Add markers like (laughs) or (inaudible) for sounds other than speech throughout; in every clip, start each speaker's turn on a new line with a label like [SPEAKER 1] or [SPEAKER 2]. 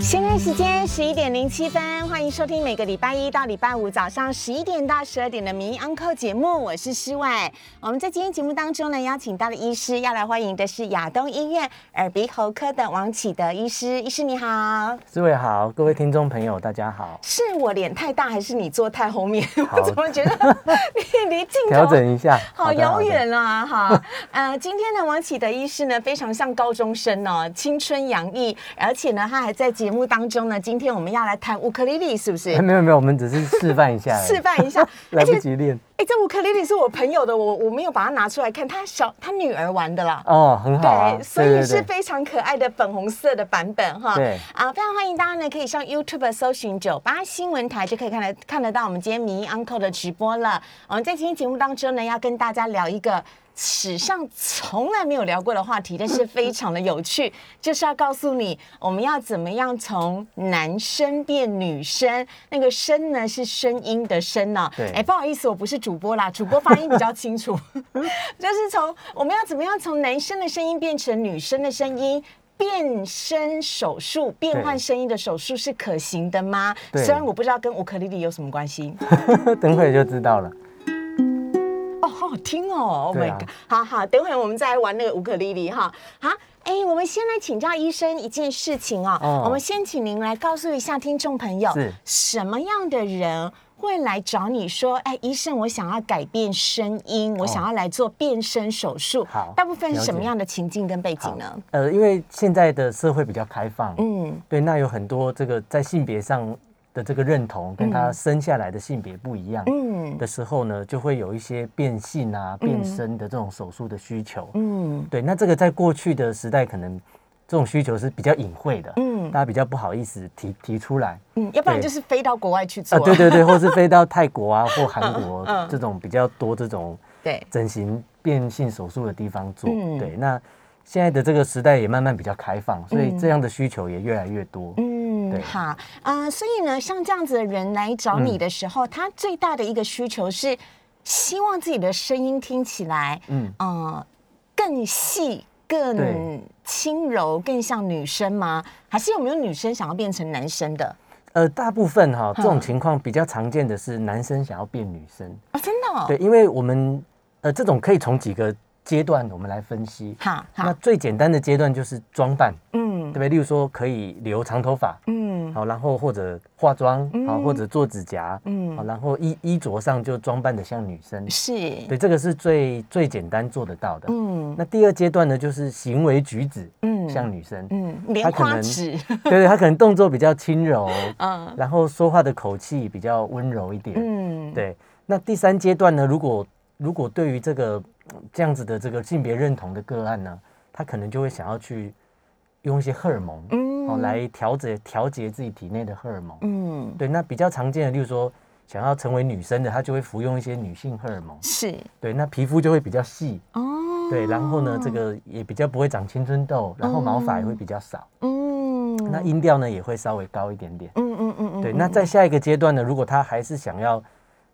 [SPEAKER 1] 现在时间十一点零七分，欢迎收听每个礼拜一到礼拜五早上十一点到十二点的《名医 Uncle》节目，我是诗婉。我们在今天节目当中呢，邀请到的医师要来欢迎的是亚东医院耳鼻喉科的王启德医师，医师你好。
[SPEAKER 2] 四位好，各位听众朋友，大家好，
[SPEAKER 1] 是我脸太大，还是你坐太后面？我
[SPEAKER 2] 好
[SPEAKER 1] 怎么觉得 (laughs) 你离镜头
[SPEAKER 2] 调整一下，
[SPEAKER 1] (laughs) 好
[SPEAKER 2] 的
[SPEAKER 1] 遥。
[SPEAKER 2] 好的
[SPEAKER 1] 远啊！哈， (laughs) 呃，今天呢，王启德医师呢非常像高中生哦，青春洋溢，而且呢，他还在节目当中呢。今天我们要来弹乌克丽丽，是不是
[SPEAKER 2] 哎？没有没有，我们只是示范一下而
[SPEAKER 1] (laughs)
[SPEAKER 2] 已，，
[SPEAKER 1] 示范一下
[SPEAKER 2] 啊哎 (laughs) 来不及练
[SPEAKER 1] 哎、这乌克丽丽是我朋友的，我我没有把它拿出来看，他小他女儿玩的啦。
[SPEAKER 2] 哦，很好啊，
[SPEAKER 1] 对，所以
[SPEAKER 2] 对
[SPEAKER 1] 是非常可爱的粉红色的版本哈。
[SPEAKER 2] 对
[SPEAKER 1] 啊，非常欢迎大家呢，可以上 YouTube 搜寻九八新闻台，就可以看得看得到我们今天迷 Uncle 的啊直播了。我们在今天节目当中呢，要跟大家聊一个。史上从来没有聊过的话题，但是非常的有趣，就是要告诉你我们要怎么样从男生变女生。那个“声”呢是声音的“声”呢。
[SPEAKER 2] 对
[SPEAKER 1] 哎，不好意思，我不是主播啦，主播发音比较清楚。就是从我们要怎么样从男生的声音变成女生的声音。变声手术、变换声音的手术是可行的吗？
[SPEAKER 2] 对
[SPEAKER 1] 虽然我不知道跟乌克丽丽有什么关系。
[SPEAKER 2] 对 (laughs) 等会就知道了。
[SPEAKER 1] 哦，好好听哦！Oh
[SPEAKER 2] 对
[SPEAKER 1] my
[SPEAKER 2] 啊
[SPEAKER 1] god！、好好，等会儿我们再来玩那个乌克丽丽哈。好，哎、我们先来请教医生一件事情哦。
[SPEAKER 2] 哦
[SPEAKER 1] 我们先请您来告诉一下听众朋友
[SPEAKER 2] 是，
[SPEAKER 1] 什么样的人会来找你说，哎、医生，我想要改变声音，我
[SPEAKER 2] 哦
[SPEAKER 1] 想要来做变声手术。
[SPEAKER 2] 好
[SPEAKER 1] 大部分是
[SPEAKER 2] 了解
[SPEAKER 1] 什么样的情境跟背景呢？
[SPEAKER 2] 呃，因为现在的社会比较开放，
[SPEAKER 1] 嗯，
[SPEAKER 2] 对，那有很多这个在性别上的这个认同跟他生下来的性别不一样，
[SPEAKER 1] 嗯
[SPEAKER 2] 的时候呢，就会有一些变性啊、变身的这种手术的需求，
[SPEAKER 1] 嗯
[SPEAKER 2] 对，那这个在过去的时代，可能这种需求是比较隐晦的，
[SPEAKER 1] 嗯
[SPEAKER 2] 大家比较不好意思提提出来。
[SPEAKER 1] 嗯，要不然就
[SPEAKER 2] 对
[SPEAKER 1] 是飞到国外去做。
[SPEAKER 2] 啊，对对对，或是飞到泰国
[SPEAKER 1] (laughs)
[SPEAKER 2] 啊或韩国
[SPEAKER 1] 嗯嗯
[SPEAKER 2] 这种比较多这种
[SPEAKER 1] 对
[SPEAKER 2] 整形变性手术的地方做。
[SPEAKER 1] 嗯
[SPEAKER 2] 对，那现在的这个时代也慢慢比较开放，所以这样的需求也越来越多。
[SPEAKER 1] 嗯，
[SPEAKER 2] 对嗯
[SPEAKER 1] 好啊、所以呢，像这样子的人来找你的时候，他最大的一个需求是希望自己的声音听起来，
[SPEAKER 2] 嗯
[SPEAKER 1] 呃，更细、
[SPEAKER 2] 对
[SPEAKER 1] 更轻柔、更像女生吗？还是有没有女生想要变成男生的？
[SPEAKER 2] 呃，大部分哈、这
[SPEAKER 1] 嗯
[SPEAKER 2] 种情况比较常见的是男生想要变女生，
[SPEAKER 1] 哦，真的、哦？
[SPEAKER 2] 对，，因为我们呃这种可以从几个阶段我们来分析。
[SPEAKER 1] 好
[SPEAKER 2] 那
[SPEAKER 1] 好，
[SPEAKER 2] 最简单的阶段就是装扮，对
[SPEAKER 1] 嗯
[SPEAKER 2] 不对？例如说可以留长头发，
[SPEAKER 1] 嗯
[SPEAKER 2] 好，然后或者化妆，好，
[SPEAKER 1] 嗯
[SPEAKER 2] 或者做指甲，好，
[SPEAKER 1] 嗯，
[SPEAKER 2] 然后衣衣着上就装扮的像女生，
[SPEAKER 1] 是，
[SPEAKER 2] 对，这个是最最简单做得到的。
[SPEAKER 1] 嗯
[SPEAKER 2] 那第二阶段呢，就是行为举止
[SPEAKER 1] 嗯
[SPEAKER 2] 像女生，
[SPEAKER 1] 嗯，莲
[SPEAKER 2] 可
[SPEAKER 1] 花
[SPEAKER 2] 能
[SPEAKER 1] 指， (laughs)
[SPEAKER 2] 对对，她可能动作比较轻柔，
[SPEAKER 1] 嗯
[SPEAKER 2] 然后说话的口气比较温柔一点，
[SPEAKER 1] 嗯，
[SPEAKER 2] 对。那第三阶段呢，如果如果对于这个嗯这样子的这个性别认同的个案呢，他可能就会想要去用一些荷尔蒙，
[SPEAKER 1] 嗯
[SPEAKER 2] 哦，来调节调节自己体内的荷尔蒙。
[SPEAKER 1] 嗯
[SPEAKER 2] 对，那比较常见的，例如说想要成为女生的，她就会服用一些女性荷尔蒙。
[SPEAKER 1] 是
[SPEAKER 2] 对，那皮肤就会比较细，
[SPEAKER 1] 哦，
[SPEAKER 2] 对，然后呢，这个也比较不会长青春痘，然后毛发也会比较少，
[SPEAKER 1] 嗯，
[SPEAKER 2] 那音调呢也会稍微高一点点。
[SPEAKER 1] 嗯嗯嗯嗯，
[SPEAKER 2] 对，
[SPEAKER 1] 嗯
[SPEAKER 2] 那在下一个阶段呢，如果她还是想要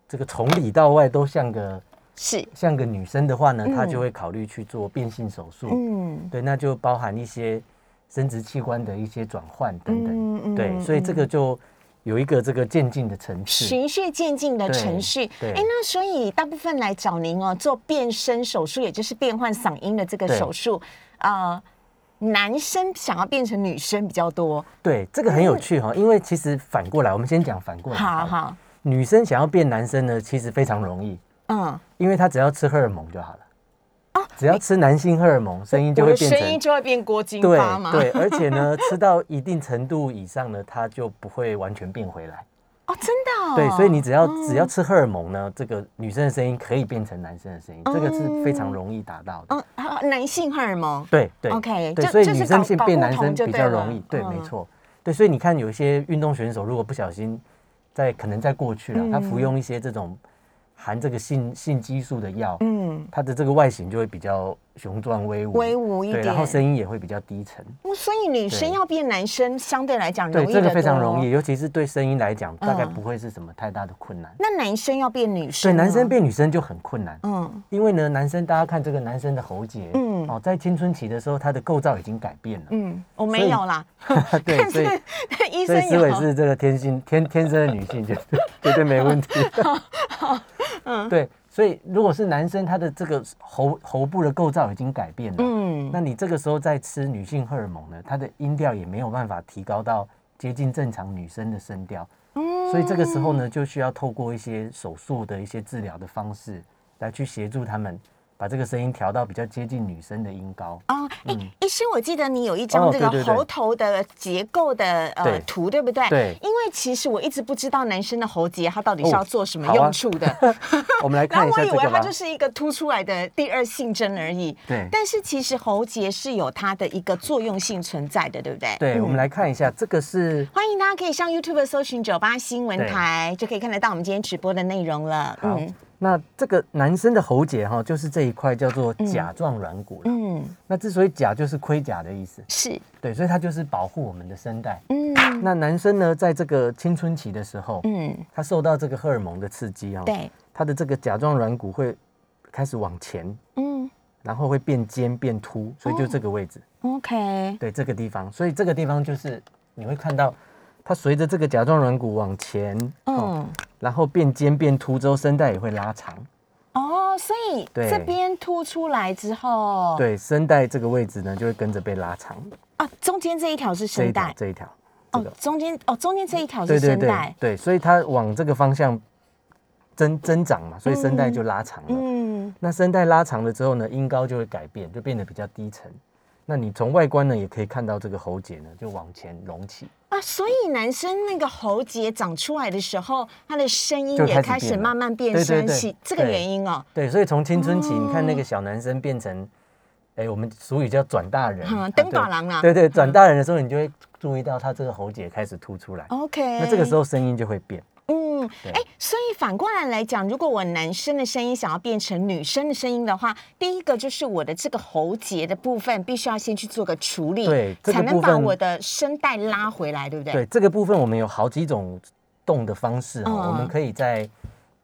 [SPEAKER 2] 这个从里到外都像个
[SPEAKER 1] 是，
[SPEAKER 2] 像个女生的话呢，她就会考虑去做变性手术。
[SPEAKER 1] 嗯
[SPEAKER 2] 对，那就包含一些生殖器官的一些转换等等。
[SPEAKER 1] 嗯嗯
[SPEAKER 2] 对，所以这个就有一个这个渐进的层次。
[SPEAKER 1] 循序渐进的程序。
[SPEAKER 2] 对对
[SPEAKER 1] 哎，那所以大部分来找您哦，做变声手术，也就是变换嗓音的这个
[SPEAKER 2] 对
[SPEAKER 1] 手术，呃，男生想要变成女生比较多。
[SPEAKER 2] 对，这个很有趣哈、因为其实反过来，我们先讲反过来。
[SPEAKER 1] 嗯好
[SPEAKER 2] 了
[SPEAKER 1] 好，
[SPEAKER 2] 女生想要变男生呢，其实非常容易，
[SPEAKER 1] 嗯，
[SPEAKER 2] 因为她只要吃荷尔蒙就好了。只要吃男性荷尔蒙，声音就
[SPEAKER 1] 哦我
[SPEAKER 2] 会
[SPEAKER 1] 的
[SPEAKER 2] 变
[SPEAKER 1] 声音
[SPEAKER 2] 成。
[SPEAKER 1] 就会变郭金
[SPEAKER 2] 对
[SPEAKER 1] 发嘛。
[SPEAKER 2] 对，而且呢，吃到一定程度以上呢，它就不会完全变回来。
[SPEAKER 1] 哦，真的、哦。
[SPEAKER 2] 对，所以你只要
[SPEAKER 1] 嗯
[SPEAKER 2] 只要吃荷尔蒙呢，这个女生的声音可以变成男生的声音，这个是非常容易达到的。
[SPEAKER 1] 嗯，好男性荷尔蒙。
[SPEAKER 2] 对对
[SPEAKER 1] OK，
[SPEAKER 2] 对，
[SPEAKER 1] 就
[SPEAKER 2] 所以
[SPEAKER 1] 就是
[SPEAKER 2] 女生
[SPEAKER 1] 搞
[SPEAKER 2] 性
[SPEAKER 1] 搞
[SPEAKER 2] 变
[SPEAKER 1] 不
[SPEAKER 2] 男
[SPEAKER 1] 同
[SPEAKER 2] 生
[SPEAKER 1] 就
[SPEAKER 2] 比
[SPEAKER 1] 对
[SPEAKER 2] 较
[SPEAKER 1] 了
[SPEAKER 2] 容易，对，没
[SPEAKER 1] 嗯
[SPEAKER 2] 错，对，所以你看
[SPEAKER 1] 嗯
[SPEAKER 2] 有一些运动选手如果不小心在可能在过去了，他服用一些这种含这个性性激素的药，
[SPEAKER 1] 嗯，
[SPEAKER 2] 它的这个外形就会比较雄壮威武，
[SPEAKER 1] 威武一
[SPEAKER 2] 对，
[SPEAKER 1] 点。
[SPEAKER 2] 然后声音也会比较低沉。
[SPEAKER 1] 哦所以女生
[SPEAKER 2] 对
[SPEAKER 1] 要变男生，相对来讲容
[SPEAKER 2] 对，
[SPEAKER 1] 易
[SPEAKER 2] 这个
[SPEAKER 1] 得
[SPEAKER 2] 非常
[SPEAKER 1] 多哦
[SPEAKER 2] 容易，。尤其是对声音来讲，大概
[SPEAKER 1] 嗯
[SPEAKER 2] 不会是什么太大的困难。
[SPEAKER 1] 那男生要变女
[SPEAKER 2] 对，
[SPEAKER 1] 生呢，
[SPEAKER 2] 男生变女生就很困难，
[SPEAKER 1] 嗯
[SPEAKER 2] 因为呢，男生大家看这个男生的喉结，
[SPEAKER 1] 嗯
[SPEAKER 2] 哦，在青春期的时候，它的构造已经改变了，
[SPEAKER 1] 嗯，我
[SPEAKER 2] 所
[SPEAKER 1] 没
[SPEAKER 2] 以
[SPEAKER 1] 有啦，
[SPEAKER 2] (laughs)
[SPEAKER 1] (laughs)
[SPEAKER 2] 对，所以
[SPEAKER 1] 医
[SPEAKER 2] 所以
[SPEAKER 1] 生
[SPEAKER 2] 思
[SPEAKER 1] 有
[SPEAKER 2] 伟是这个天性天天生的女性， (laughs) 绝对绝对没
[SPEAKER 1] (laughs)
[SPEAKER 2] 问题。嗯，对，所以如果是男生，他的这个喉喉部的构造已经改变了，
[SPEAKER 1] 嗯
[SPEAKER 2] 那你这个时候再吃女性荷尔蒙呢，它的音调也没有办法提高到接近正常女生的声调，
[SPEAKER 1] 嗯
[SPEAKER 2] 所以这个时候呢，就需要透过一些手术的一些治疗的方式来去协助他们把这个声音调到比较接近女生的音高。
[SPEAKER 1] 啊，哎、医师，我记得你有一张
[SPEAKER 2] 嗯哦
[SPEAKER 1] 这个
[SPEAKER 2] 对对对
[SPEAKER 1] 喉头的结构的呃
[SPEAKER 2] 对
[SPEAKER 1] 图，对不对？
[SPEAKER 2] 对
[SPEAKER 1] 因为其实我一直不知道男生的喉结它到底是
[SPEAKER 2] 哦
[SPEAKER 1] 要做什么
[SPEAKER 2] 好啊
[SPEAKER 1] 用处的，
[SPEAKER 2] 我们来
[SPEAKER 1] 然
[SPEAKER 2] (laughs) 看一
[SPEAKER 1] 后我
[SPEAKER 2] 下
[SPEAKER 1] 以 (laughs)
[SPEAKER 2] 这
[SPEAKER 1] 为它
[SPEAKER 2] 个吧
[SPEAKER 1] 就。是一个凸出来的第二性征而已。
[SPEAKER 2] 对
[SPEAKER 1] 但是其实喉结是有它的一个作用性存在的，对不对？
[SPEAKER 2] 对，我们来看一下，这个是
[SPEAKER 1] 欢迎大家可以上 YouTube 搜寻九八新闻台，就可以看得到我们今天直播的内容了。嗯
[SPEAKER 2] 好，那这个男生的喉结哈，就是这一块叫做甲状软骨了。
[SPEAKER 1] 嗯，
[SPEAKER 2] 那之所以甲就是盔甲的意思，
[SPEAKER 1] 是，
[SPEAKER 2] 对，所以它就是保护我们的声带。
[SPEAKER 1] 嗯
[SPEAKER 2] 那男生呢，在这个青春期的时候，
[SPEAKER 1] 嗯，
[SPEAKER 2] 他受到这个荷尔蒙的刺激哦，
[SPEAKER 1] 对，
[SPEAKER 2] 他的这个甲状软骨会开始往前，
[SPEAKER 1] 嗯
[SPEAKER 2] 然后会变尖变凸，所以就这个位置，
[SPEAKER 1] 哦，OK，
[SPEAKER 2] 对这个地方，所以这个地方就是你会看到，它随着这个甲状软骨往前，哦，
[SPEAKER 1] 嗯。
[SPEAKER 2] 然后变尖变凸之后，声带也会拉长，
[SPEAKER 1] 哦，所以
[SPEAKER 2] 对
[SPEAKER 1] 这边凸出来之后，
[SPEAKER 2] 对，声带这个位置呢就会跟着被拉长，
[SPEAKER 1] 啊，中间这一条是
[SPEAKER 2] 这
[SPEAKER 1] 声
[SPEAKER 2] 一条
[SPEAKER 1] 带，
[SPEAKER 2] 这一条，这
[SPEAKER 1] 哦
[SPEAKER 2] 个，
[SPEAKER 1] 中间哦，中间这一条
[SPEAKER 2] 对
[SPEAKER 1] 是
[SPEAKER 2] 对
[SPEAKER 1] 声
[SPEAKER 2] 对
[SPEAKER 1] 带，
[SPEAKER 2] 对，所以它往这个方向增增长嘛，所以声带就拉长了。
[SPEAKER 1] 嗯，
[SPEAKER 2] 那声带拉长了之后呢，音高就会改变，就变得比较低沉。那你从外观呢，也可以看到这个喉结呢就往前隆起，
[SPEAKER 1] 啊，所以男生那个喉结长出来的时候，他的声音
[SPEAKER 2] 就开
[SPEAKER 1] 也
[SPEAKER 2] 始
[SPEAKER 1] 开始
[SPEAKER 2] 变了
[SPEAKER 1] 慢慢变
[SPEAKER 2] 对对
[SPEAKER 1] 声
[SPEAKER 2] 对
[SPEAKER 1] 细，这个
[SPEAKER 2] 对
[SPEAKER 1] 原因哦，
[SPEAKER 2] 对，所以从青春期，你看那个小男生变成，哎、我们俗语叫转大人
[SPEAKER 1] 嗯，
[SPEAKER 2] 啊
[SPEAKER 1] 登大人啦
[SPEAKER 2] 对对对，转大人的时候，你就会注意到他这个喉结开始凸出来，
[SPEAKER 1] 哦 OK，
[SPEAKER 2] 那这个时候声音就会变。
[SPEAKER 1] 嗯，
[SPEAKER 2] 对
[SPEAKER 1] 哎、所以反过来来讲，如果我男生的声音想要变成女生的声音的话，第一个就是我的这个喉结的部分必须要先去做个处理，
[SPEAKER 2] 对这个
[SPEAKER 1] 才能
[SPEAKER 2] 部
[SPEAKER 1] 把
[SPEAKER 2] 分
[SPEAKER 1] 我的声带拉回来，对不对？
[SPEAKER 2] 对，这个部分我们有好几种动的方式哈、
[SPEAKER 1] 嗯
[SPEAKER 2] 我们可以在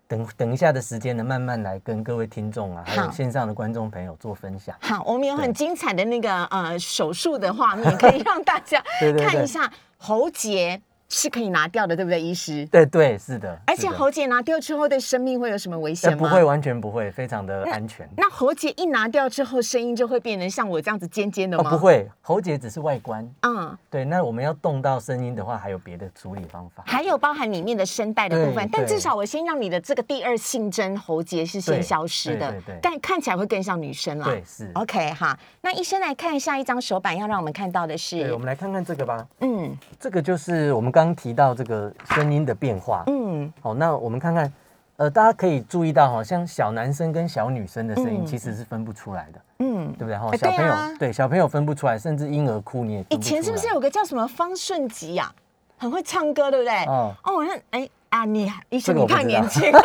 [SPEAKER 2] 等等一下的时间呢，慢慢来跟各位听众啊，还
[SPEAKER 1] 好
[SPEAKER 2] 有线上的观众朋友做分享。
[SPEAKER 1] 好，我们有很
[SPEAKER 2] 对
[SPEAKER 1] 精彩的那个呃手术的画面，可以让大家
[SPEAKER 2] (laughs) 对对对
[SPEAKER 1] 看一下喉结是可以拿掉的，对不对，医师？
[SPEAKER 2] 对对，是的。
[SPEAKER 1] 而
[SPEAKER 2] 是
[SPEAKER 1] 且
[SPEAKER 2] 的
[SPEAKER 1] 哎喉结拿掉之后，对生命会有什么危
[SPEAKER 2] 呃
[SPEAKER 1] 险
[SPEAKER 2] 不
[SPEAKER 1] 吗？
[SPEAKER 2] 会，。完全不会，非常的安全。
[SPEAKER 1] 那喉结一拿掉之后，声音就会变成像我这样子尖尖的
[SPEAKER 2] 哦，
[SPEAKER 1] 吗？
[SPEAKER 2] 不。会，喉结只是外观。
[SPEAKER 1] 嗯，
[SPEAKER 2] 对，那我们要动到声音的话，还有别的处理方法。
[SPEAKER 1] 还有包含里面的声带的部分
[SPEAKER 2] 对，
[SPEAKER 1] 但
[SPEAKER 2] 对
[SPEAKER 1] 至少我先让你的这个第二性征喉结是先
[SPEAKER 2] 对
[SPEAKER 1] 消失的
[SPEAKER 2] 对对对，
[SPEAKER 1] 但看起来会更像女生啦。
[SPEAKER 2] 对，是。
[SPEAKER 1] ，OK 哈。那医生来看下一张手板，要让我们看到的
[SPEAKER 2] 对，
[SPEAKER 1] 是
[SPEAKER 2] 我，们来看看这个吧。
[SPEAKER 1] 嗯
[SPEAKER 2] 这个就是我们刚刚提到这个声音的变化。
[SPEAKER 1] 嗯
[SPEAKER 2] 好，那我们看看，呃，大家可以注意到哈，像小男生跟小女生的声音
[SPEAKER 1] 嗯
[SPEAKER 2] 其实是分不出来的，
[SPEAKER 1] 嗯
[SPEAKER 2] 对。不对？哈，
[SPEAKER 1] 哎
[SPEAKER 2] 小朋
[SPEAKER 1] 对
[SPEAKER 2] 友
[SPEAKER 1] 啊
[SPEAKER 2] 对小朋友分不出来，甚至婴儿哭你也
[SPEAKER 1] 以
[SPEAKER 2] 分不出来。
[SPEAKER 1] 哎前是不是有个叫什么方顺吉呀、很会唱歌，对不对？
[SPEAKER 2] 哦
[SPEAKER 1] 哦，那哎啊，你医
[SPEAKER 2] 这
[SPEAKER 1] 生你
[SPEAKER 2] 个我不
[SPEAKER 1] 太
[SPEAKER 2] 知道
[SPEAKER 1] 年轻。 (laughs) 哎，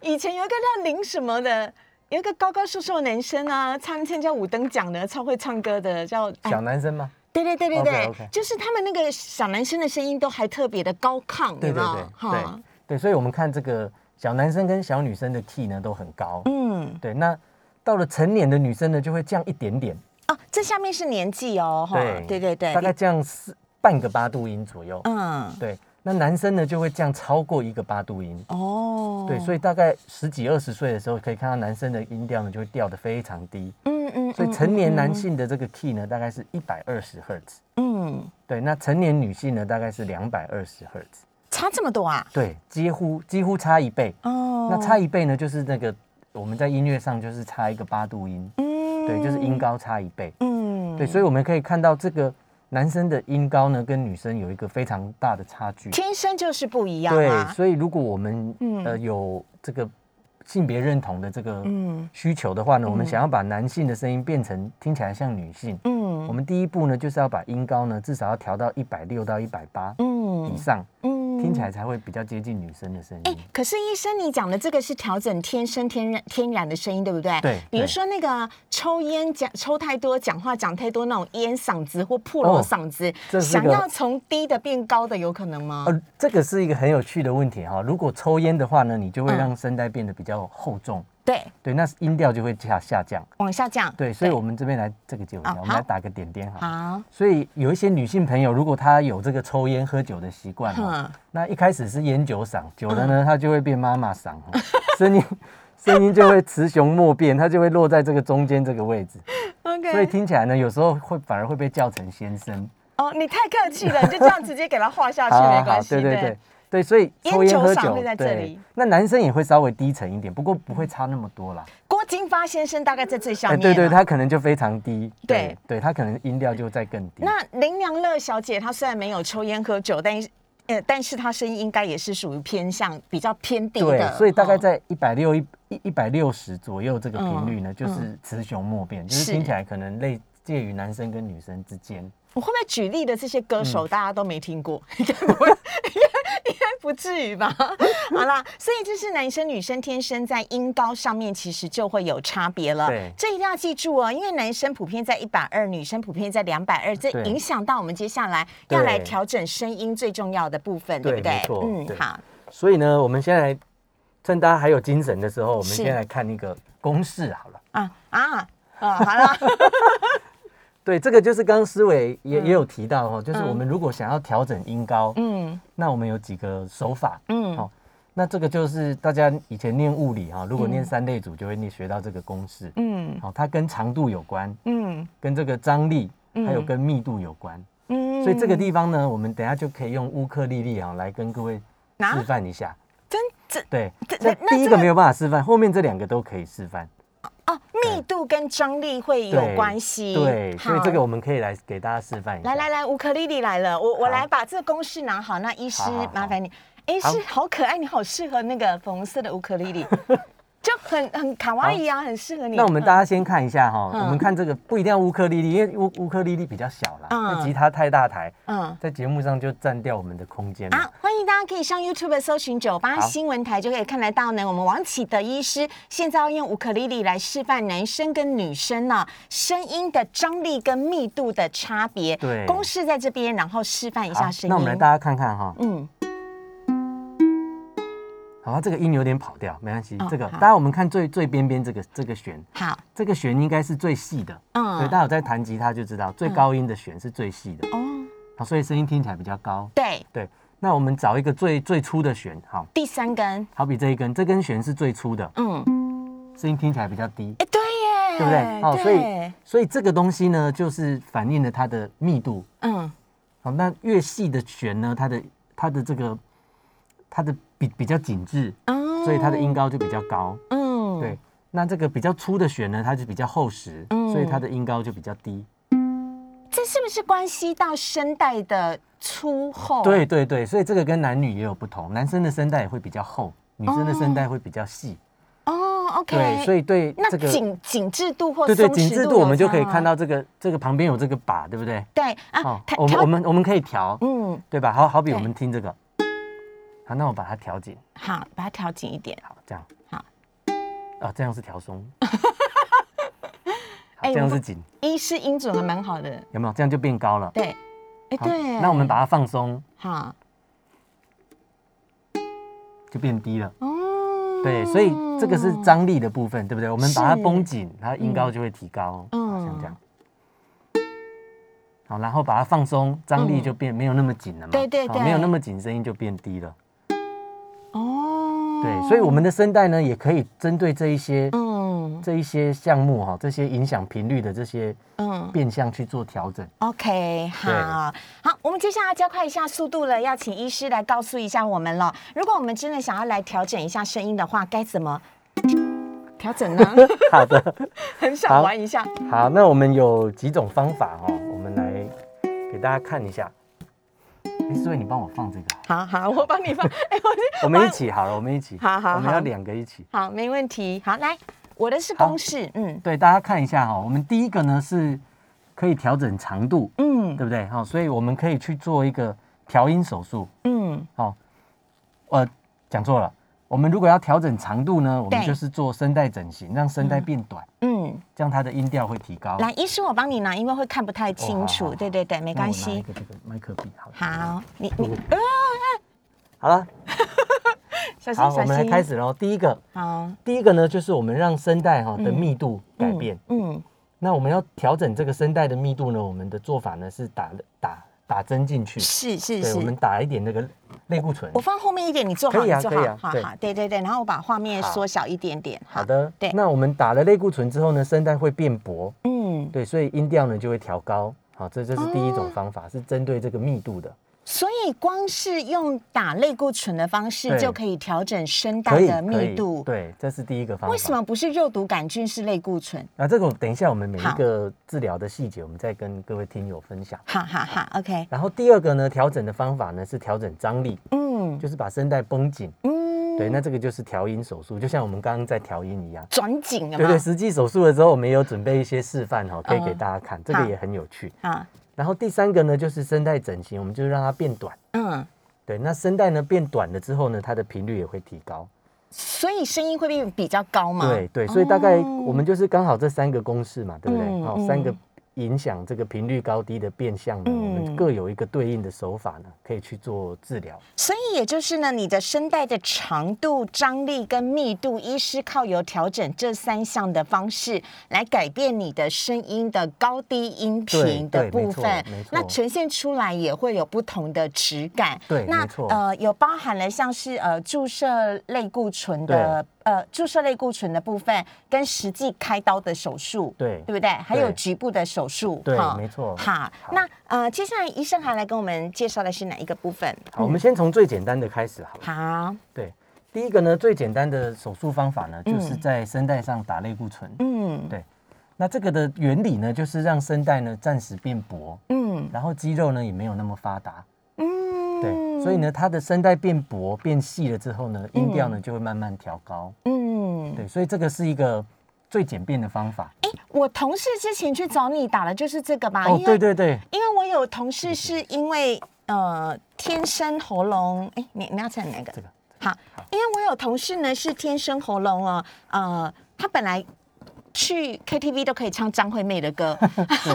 [SPEAKER 1] 以前有一个叫林什么的。有一个高高瘦瘦的男生啊，参参加五等奖的，超会唱歌的，叫哎
[SPEAKER 2] 小男生吗？
[SPEAKER 1] 对对对对对
[SPEAKER 2] OK，OK
[SPEAKER 1] 就是他们那个小男生的声音都还特别的高亢，
[SPEAKER 2] 对
[SPEAKER 1] 有没
[SPEAKER 2] 对
[SPEAKER 1] 有
[SPEAKER 2] 对对，对，所以我们看这个小男生跟小女生的 key 呢都很高。
[SPEAKER 1] 嗯，
[SPEAKER 2] 对，那到了成年的女生呢，就会降一点点，
[SPEAKER 1] 哦，这下面是年纪哦，哈对对对，
[SPEAKER 2] 大概降四半个八度音左右。
[SPEAKER 1] 嗯，
[SPEAKER 2] 对，那男生呢就会降超过一个八度音。
[SPEAKER 1] 哦，
[SPEAKER 2] 对，所
[SPEAKER 1] 以
[SPEAKER 2] 以大概十几二十岁的时候，可以看到男生的音调呢就会掉得非常低。
[SPEAKER 1] 嗯嗯，
[SPEAKER 2] 所以
[SPEAKER 1] 嗯
[SPEAKER 2] 成年男性的这个 key 呢，大概是一百二十赫兹。
[SPEAKER 1] 嗯
[SPEAKER 2] 对，那成年女性呢，大概是两百二十赫兹。
[SPEAKER 1] 差这么多啊，
[SPEAKER 2] 对，几乎几乎差一倍。
[SPEAKER 1] 哦，
[SPEAKER 2] 那差一倍呢，就是那个我们在音乐上就是差一个八度音，
[SPEAKER 1] 嗯
[SPEAKER 2] 对，就是音，高差一倍。
[SPEAKER 1] 嗯
[SPEAKER 2] 对，所以我们可以看到这个男生的音高呢，跟女生有一个非常大的差距。
[SPEAKER 1] 天生就是不一样
[SPEAKER 2] 对，
[SPEAKER 1] 啊，
[SPEAKER 2] 所以如果我们、
[SPEAKER 1] 嗯
[SPEAKER 2] 呃有这个性别认同的这个
[SPEAKER 1] 嗯
[SPEAKER 2] 需求的话呢，我们
[SPEAKER 1] 嗯
[SPEAKER 2] 想要把男性的声音变成听起来像女性，我
[SPEAKER 1] 嗯
[SPEAKER 2] 们第一步呢就是要把音高呢至少要调到一百六到一百八
[SPEAKER 1] 嗯
[SPEAKER 2] 以上，
[SPEAKER 1] 嗯
[SPEAKER 2] 听起来才会比较接近女生的声
[SPEAKER 1] 哎
[SPEAKER 2] 音。，
[SPEAKER 1] 可是医生，你讲的这个是调整天生天然天然的声音，对不对？
[SPEAKER 2] 对
[SPEAKER 1] 比如
[SPEAKER 2] 对
[SPEAKER 1] 说那个抽烟讲抽太多、讲话讲太多那种烟嗓子或破锣
[SPEAKER 2] 哦
[SPEAKER 1] 嗓子，
[SPEAKER 2] 这是
[SPEAKER 1] 想
[SPEAKER 2] 个
[SPEAKER 1] 要从低的变高的，有可能吗？
[SPEAKER 2] 呃，这个是一个很有趣的问题哈、如果抽烟的话呢，你就会
[SPEAKER 1] 嗯
[SPEAKER 2] 让声带变得比较厚重，
[SPEAKER 1] 对，
[SPEAKER 2] 对，那音调就会下下降。
[SPEAKER 1] 往下降。
[SPEAKER 2] 对，所以我们这边来这个解围一下，
[SPEAKER 1] 哦
[SPEAKER 2] 我们
[SPEAKER 1] 好
[SPEAKER 2] 来打个点点哈。
[SPEAKER 1] 好，
[SPEAKER 2] 所以有一些女性朋友，如果她有这个抽烟喝酒的习惯哦，
[SPEAKER 1] 哼，嗯
[SPEAKER 2] 那一开始是烟酒嗓，久了呢，她就会变妈妈嗓哦，声音 (laughs) 声音就会雌雄莫辨，她就会落在这个中间这个位置，所以
[SPEAKER 1] OK，
[SPEAKER 2] 听起来呢，有时候会反而会被叫成先生。
[SPEAKER 1] 哦，你太客气了，你就这样直接给它画下去，
[SPEAKER 2] (laughs) 好
[SPEAKER 1] 啊没
[SPEAKER 2] 好
[SPEAKER 1] 关
[SPEAKER 2] 啊好
[SPEAKER 1] 系。
[SPEAKER 2] 对对对。对，所以抽
[SPEAKER 1] 烟酒
[SPEAKER 2] 烟喝
[SPEAKER 1] 嗓
[SPEAKER 2] 酒
[SPEAKER 1] 会在这
[SPEAKER 2] 对
[SPEAKER 1] 里
[SPEAKER 2] 那男生也会稍微低沉一点，不过不会差那么多啦。
[SPEAKER 1] 郭金发先生大概在最下
[SPEAKER 2] 哎，
[SPEAKER 1] 面、啊
[SPEAKER 2] 对对，。他可能就非常低。
[SPEAKER 1] 对
[SPEAKER 2] 对，他可能音调就再更低。
[SPEAKER 1] 那林良乐小姐她虽然没有抽烟喝酒，但是呃，但是她声音应该也是属于偏向比较偏低
[SPEAKER 2] 对
[SPEAKER 1] 的，，
[SPEAKER 2] 所以大概
[SPEAKER 1] 哦
[SPEAKER 2] 在一百六一一百六十左右这个频率呢，
[SPEAKER 1] 嗯
[SPEAKER 2] 就是雌雄莫辨，就是是听起来可能类介于男生跟女生之间。
[SPEAKER 1] 我会不会举例的这些歌
[SPEAKER 2] 嗯
[SPEAKER 1] 手大家都没听过？ (laughs) 应该不会，应该应该不至于
[SPEAKER 2] (laughs)
[SPEAKER 1] 吧？好啦，所以就是男生女生天生在音高上面其实就会有差别了。
[SPEAKER 2] 对
[SPEAKER 1] 这一定要记住哦，因为男生普遍在一百二，女生普遍在两百二，这
[SPEAKER 2] 对
[SPEAKER 1] 影响到我们接下来要来
[SPEAKER 2] 对
[SPEAKER 1] 调整声音最重要的部分，对
[SPEAKER 2] 对
[SPEAKER 1] 不对
[SPEAKER 2] 没？错对
[SPEAKER 1] 好，
[SPEAKER 2] 所以呢，我们现在趁大家还有精神的时候，我们
[SPEAKER 1] 是
[SPEAKER 2] 先来看一个公式好了。
[SPEAKER 1] 啊啊啊，好啦，
[SPEAKER 2] 对，这个就是刚刚思伟也、也有提到哦，就是我们如果想要调整音高，
[SPEAKER 1] 嗯
[SPEAKER 2] 那我们有几个手法，
[SPEAKER 1] 嗯
[SPEAKER 2] 好、那这个就是大家以前念物理哈、如果念三类组就会念学到这个公式，
[SPEAKER 1] 嗯
[SPEAKER 2] 好、它跟长度有关，
[SPEAKER 1] 嗯
[SPEAKER 2] 跟这个张力，还有跟密度有关，
[SPEAKER 1] 嗯，
[SPEAKER 2] 所以这个地方呢，我们等一下就可以用乌克丽丽啊来跟各位示范一下。
[SPEAKER 1] 真这
[SPEAKER 2] 对，
[SPEAKER 1] 这
[SPEAKER 2] 那
[SPEAKER 1] 那
[SPEAKER 2] 第一
[SPEAKER 1] 这
[SPEAKER 2] 个
[SPEAKER 1] 个
[SPEAKER 2] 没有办法示范，后面这两个都可以示范。
[SPEAKER 1] 哦，密度跟张力会有
[SPEAKER 2] 对
[SPEAKER 1] 关系，
[SPEAKER 2] 对，所以
[SPEAKER 1] 好
[SPEAKER 2] 这个我们可以来给大家示范一下。
[SPEAKER 1] 来来来，乌克丽丽来了，我我
[SPEAKER 2] 好
[SPEAKER 1] 来把这个公式拿好。那医师
[SPEAKER 2] 好好好
[SPEAKER 1] 麻烦你，哎，
[SPEAKER 2] 好
[SPEAKER 1] 是好可爱，你好适合那个粉红色的乌克
[SPEAKER 2] (laughs)
[SPEAKER 1] 丽丽，就很很卡哇伊啊，很适合你。
[SPEAKER 2] 那我们
[SPEAKER 1] 嗯
[SPEAKER 2] 大家先看一下哈、
[SPEAKER 1] 嗯
[SPEAKER 2] 我们看这个不一定要乌克丽丽，因为乌乌克丽丽比较小啦，
[SPEAKER 1] 嗯
[SPEAKER 2] 那吉他太大台，
[SPEAKER 1] 嗯。
[SPEAKER 2] 在节目上就占掉我们的空间了。
[SPEAKER 1] 啊，欢迎大家可以上 YouTube 搜寻酒吧
[SPEAKER 2] 好
[SPEAKER 1] 新闻台，就可以看得到呢。我们王启德医师现在要用乌克丽丽来示范男生跟女生呢、声音的张力跟密度的差别。
[SPEAKER 2] 对
[SPEAKER 1] 公式在这边，然后示范一
[SPEAKER 2] 好
[SPEAKER 1] 下声音。
[SPEAKER 2] 那我们来大家看看哈、
[SPEAKER 1] 嗯，
[SPEAKER 2] 好，它这个音有点跑掉，没关系。
[SPEAKER 1] 哦
[SPEAKER 2] 这个，
[SPEAKER 1] 好
[SPEAKER 2] 大家我们看最最边边这个这个弦，
[SPEAKER 1] 好，
[SPEAKER 2] 这个弦应该是最细的。
[SPEAKER 1] 嗯
[SPEAKER 2] 对，大家有在弹吉他就知道，最高音的弦是最细的，
[SPEAKER 1] 哦，
[SPEAKER 2] 好，所以声音听起来比较高。
[SPEAKER 1] 对，
[SPEAKER 2] 对，那我们找一个最最粗的弦，好，
[SPEAKER 1] 第三根，
[SPEAKER 2] 好比这一根，这根弦是最粗的，
[SPEAKER 1] 嗯。
[SPEAKER 2] 声音听起来比较低，
[SPEAKER 1] 哎，对耶，
[SPEAKER 2] 对不对？好，所
[SPEAKER 1] 对
[SPEAKER 2] 以所以这个东西呢，就是反映了它的密度。
[SPEAKER 1] 嗯，
[SPEAKER 2] 好，那越细的弦呢，它的它的这个它的比比较紧致，
[SPEAKER 1] 哦
[SPEAKER 2] 所以它的，音高就比较高。
[SPEAKER 1] 嗯，
[SPEAKER 2] 对，那这个比较粗的弦呢，它就比较厚实，
[SPEAKER 1] 嗯
[SPEAKER 2] 所以它的音高就比较低。
[SPEAKER 1] 这是不是关系到声带的粗厚？
[SPEAKER 2] 对，对对，所以这个跟男女也有不同，男生的声带也会比较厚，女生的声带会比较细。
[SPEAKER 1] 哦，OK，
[SPEAKER 2] 对，所
[SPEAKER 1] 以
[SPEAKER 2] 以对
[SPEAKER 1] 那
[SPEAKER 2] 这个
[SPEAKER 1] 紧紧致度或
[SPEAKER 2] 对对紧致度，我们就可以看
[SPEAKER 1] 到，
[SPEAKER 2] 到这个这个旁边有这个把，对不对？
[SPEAKER 1] 对
[SPEAKER 2] 哦
[SPEAKER 1] 啊，它，
[SPEAKER 2] 我们
[SPEAKER 1] 它
[SPEAKER 2] 我们我们可以调，
[SPEAKER 1] 嗯，
[SPEAKER 2] 对吧？好好比
[SPEAKER 1] 对
[SPEAKER 2] 我们听这个，好，那我把它调紧，
[SPEAKER 1] 好，把它调紧一点。
[SPEAKER 2] 好，这样，
[SPEAKER 1] 好，
[SPEAKER 2] 啊，这样是
[SPEAKER 1] (laughs)
[SPEAKER 2] 调松，好
[SPEAKER 1] 哎
[SPEAKER 2] 这样
[SPEAKER 1] 我
[SPEAKER 2] 是紧，
[SPEAKER 1] 一是音准还蛮好的，
[SPEAKER 2] 有没有？这样就变高了。
[SPEAKER 1] 对，哎，
[SPEAKER 2] 好
[SPEAKER 1] 对，
[SPEAKER 2] 那我们把它放松，
[SPEAKER 1] 好，
[SPEAKER 2] 就变低了。
[SPEAKER 1] 哦，
[SPEAKER 2] 对，所以这个是张力的部分，对不对？我们把它
[SPEAKER 1] 嗯是
[SPEAKER 2] 绷紧，它音高就会提高，
[SPEAKER 1] 嗯
[SPEAKER 2] 嗯，像这样。好，然后把它放松，张力就变没有那么紧了嘛，
[SPEAKER 1] 嗯对对
[SPEAKER 2] 好
[SPEAKER 1] 对
[SPEAKER 2] 没有那么紧，声音就变低了。
[SPEAKER 1] 哦，
[SPEAKER 2] 对，所以我们的声带呢，也可以针对这一些
[SPEAKER 1] 嗯
[SPEAKER 2] 这一些项目哈，这些影响频率的这些
[SPEAKER 1] 嗯。
[SPEAKER 2] 变相去做调整。
[SPEAKER 1] OK，好好，我们接下来加快一下速度了，要请医师来告诉一下我们了。如果我们真的想要来调整一下声音的话，该怎么调整呢？ (laughs)
[SPEAKER 2] 好的，
[SPEAKER 1] 很想玩一下。
[SPEAKER 2] 好，那我们有几种方法哈，我们来给大家看一下。哎，思伟，你帮我放这个好了。
[SPEAKER 1] 好好，我帮你放。哎、我这
[SPEAKER 2] 我们一起好了，我们一起，
[SPEAKER 1] 好好
[SPEAKER 2] 我们要
[SPEAKER 1] 好
[SPEAKER 2] 两个一起。
[SPEAKER 1] 好，没问题。好，来，我的是
[SPEAKER 2] 好
[SPEAKER 1] 公式，嗯
[SPEAKER 2] 对，大家看一下哈、我们第一个呢是可以调整长度，
[SPEAKER 1] 嗯
[SPEAKER 2] 对不对？好、所以我们可以去做一个调音手术。
[SPEAKER 1] 嗯
[SPEAKER 2] 好、呃，讲错了。我们如果要调整长度呢，我们
[SPEAKER 1] 对
[SPEAKER 2] 就是做声带整形，让声带变短，
[SPEAKER 1] 嗯，
[SPEAKER 2] 这样它的音调会提高。
[SPEAKER 1] 来，医师，我帮你拿，因为会看不太清
[SPEAKER 2] 好
[SPEAKER 1] 楚。
[SPEAKER 2] 哦好
[SPEAKER 1] 对对对，没
[SPEAKER 2] 没
[SPEAKER 1] 关
[SPEAKER 2] 一
[SPEAKER 1] 系。
[SPEAKER 2] 个这个麦克笔好了。
[SPEAKER 1] 好，你你
[SPEAKER 2] 好了，
[SPEAKER 1] 小心
[SPEAKER 2] 好，
[SPEAKER 1] 小
[SPEAKER 2] 我们来
[SPEAKER 1] 心。
[SPEAKER 2] 开始喽。第一个，
[SPEAKER 1] 好，
[SPEAKER 2] 第一个呢，就是我们让声带哈的密度改变。
[SPEAKER 1] 嗯，
[SPEAKER 2] 那我们要调整这个声带的密度呢，我们的做法呢是打打打针进去，
[SPEAKER 1] 是是
[SPEAKER 2] 对，
[SPEAKER 1] 是
[SPEAKER 2] 我。们打一点那个类固醇
[SPEAKER 1] 我。放后面一点，你坐好，
[SPEAKER 2] 可以啊
[SPEAKER 1] 你坐
[SPEAKER 2] 可以啊
[SPEAKER 1] 好，好
[SPEAKER 2] 对
[SPEAKER 1] 好，对对对。然后我把画面
[SPEAKER 2] 好
[SPEAKER 1] 缩小一点点。
[SPEAKER 2] 好，的，
[SPEAKER 1] 对
[SPEAKER 2] 那我们打了类固醇之后呢，声带会变薄，
[SPEAKER 1] 嗯，
[SPEAKER 2] 对，所以音调呢就会调高。好，这这是第一
[SPEAKER 1] 哦
[SPEAKER 2] 种方法，是针对这个密度的。
[SPEAKER 1] 所以光是用打类固醇的方式
[SPEAKER 2] 对
[SPEAKER 1] 就可以调整声带
[SPEAKER 2] 可以
[SPEAKER 1] 的
[SPEAKER 2] 可以
[SPEAKER 1] 密度。
[SPEAKER 2] 对，这是第一个方法。
[SPEAKER 1] 为什么不是肉毒杆菌是类固醇？
[SPEAKER 2] 啊，这个我等一下我们每一
[SPEAKER 1] 好
[SPEAKER 2] 个治疗的细节，我们再跟各位听友分享。
[SPEAKER 1] 哈哈哈，OK，
[SPEAKER 2] 然后第二个呢，调整的方法呢是调整张力，
[SPEAKER 1] 嗯
[SPEAKER 2] 就是把声带绷紧。
[SPEAKER 1] 嗯，
[SPEAKER 2] 对，那这个就是调音手术，就像我们刚刚在调音一样。
[SPEAKER 1] 转紧了
[SPEAKER 2] 对
[SPEAKER 1] 嘛，
[SPEAKER 2] 对，实际手术的时候，我们也有准备一些示范哈，可以给
[SPEAKER 1] 嗯
[SPEAKER 2] 大家看，这
[SPEAKER 1] 好
[SPEAKER 2] 个也很有趣。
[SPEAKER 1] 啊，
[SPEAKER 2] 然后第三个呢，就是声带整形，我们就是让它变短。
[SPEAKER 1] 嗯，
[SPEAKER 2] 对，那声带呢变短了之后呢，它的频率也会提高。
[SPEAKER 1] 所以声音会变比较高嘛，
[SPEAKER 2] 对对，所以大概
[SPEAKER 1] 哦
[SPEAKER 2] 我们就是刚好这三个公式嘛，对不对？
[SPEAKER 1] 嗯
[SPEAKER 2] 好、
[SPEAKER 1] 嗯
[SPEAKER 2] 三个影响这个频率高低的变相呢，我
[SPEAKER 1] 嗯
[SPEAKER 2] 们各有一个对应的手法呢，可以去做治疗。
[SPEAKER 1] 所以也就是呢，你的声带的长度、张力跟密度，医师靠由调整这三项的方式来改变你的声音的高低音频的
[SPEAKER 2] 对对
[SPEAKER 1] 部分
[SPEAKER 2] 没错没错，
[SPEAKER 1] 那呈现出来也会有不同的质感。
[SPEAKER 2] 对
[SPEAKER 1] 那
[SPEAKER 2] 没错
[SPEAKER 1] 呃，有包含了像是呃注射类固醇的呃注射类固醇的部分，跟实际开刀的手术，
[SPEAKER 2] 对
[SPEAKER 1] 对不对？还有
[SPEAKER 2] 对
[SPEAKER 1] 局部的手术，
[SPEAKER 2] 对
[SPEAKER 1] 哈
[SPEAKER 2] 没错
[SPEAKER 1] 好，那呃，接下来医生还来跟我们介绍的是哪一个部分？
[SPEAKER 2] 好，我们先从最简单的开始好了。
[SPEAKER 1] 好。
[SPEAKER 2] 对，第一个呢，最简单的手术方法呢，就是在声带上打类固醇。
[SPEAKER 1] 嗯
[SPEAKER 2] 对，那这个的原理呢，就是让声带呢暂时变薄，
[SPEAKER 1] 嗯
[SPEAKER 2] 然后肌肉呢也没有那么发达。
[SPEAKER 1] 嗯，
[SPEAKER 2] 对，所以，呢，它的声带变薄变细了之后呢，音调呢就会慢慢调高。
[SPEAKER 1] 嗯，
[SPEAKER 2] 对，所以这个是一个最简便的方法。
[SPEAKER 1] 哎，我同事之前去找你打的就是这个吧？
[SPEAKER 2] 哦
[SPEAKER 1] 因，为
[SPEAKER 2] 对，对对，
[SPEAKER 1] 因为我有同事是因为呃天生喉咙，哎，你你要唱哪个？
[SPEAKER 2] 这个
[SPEAKER 1] 好，因为我有同事呢是天生喉咙哦，呃，他本来。去 KTV 都可以唱张惠妹的歌，
[SPEAKER 2] (laughs) 对
[SPEAKER 1] (laughs)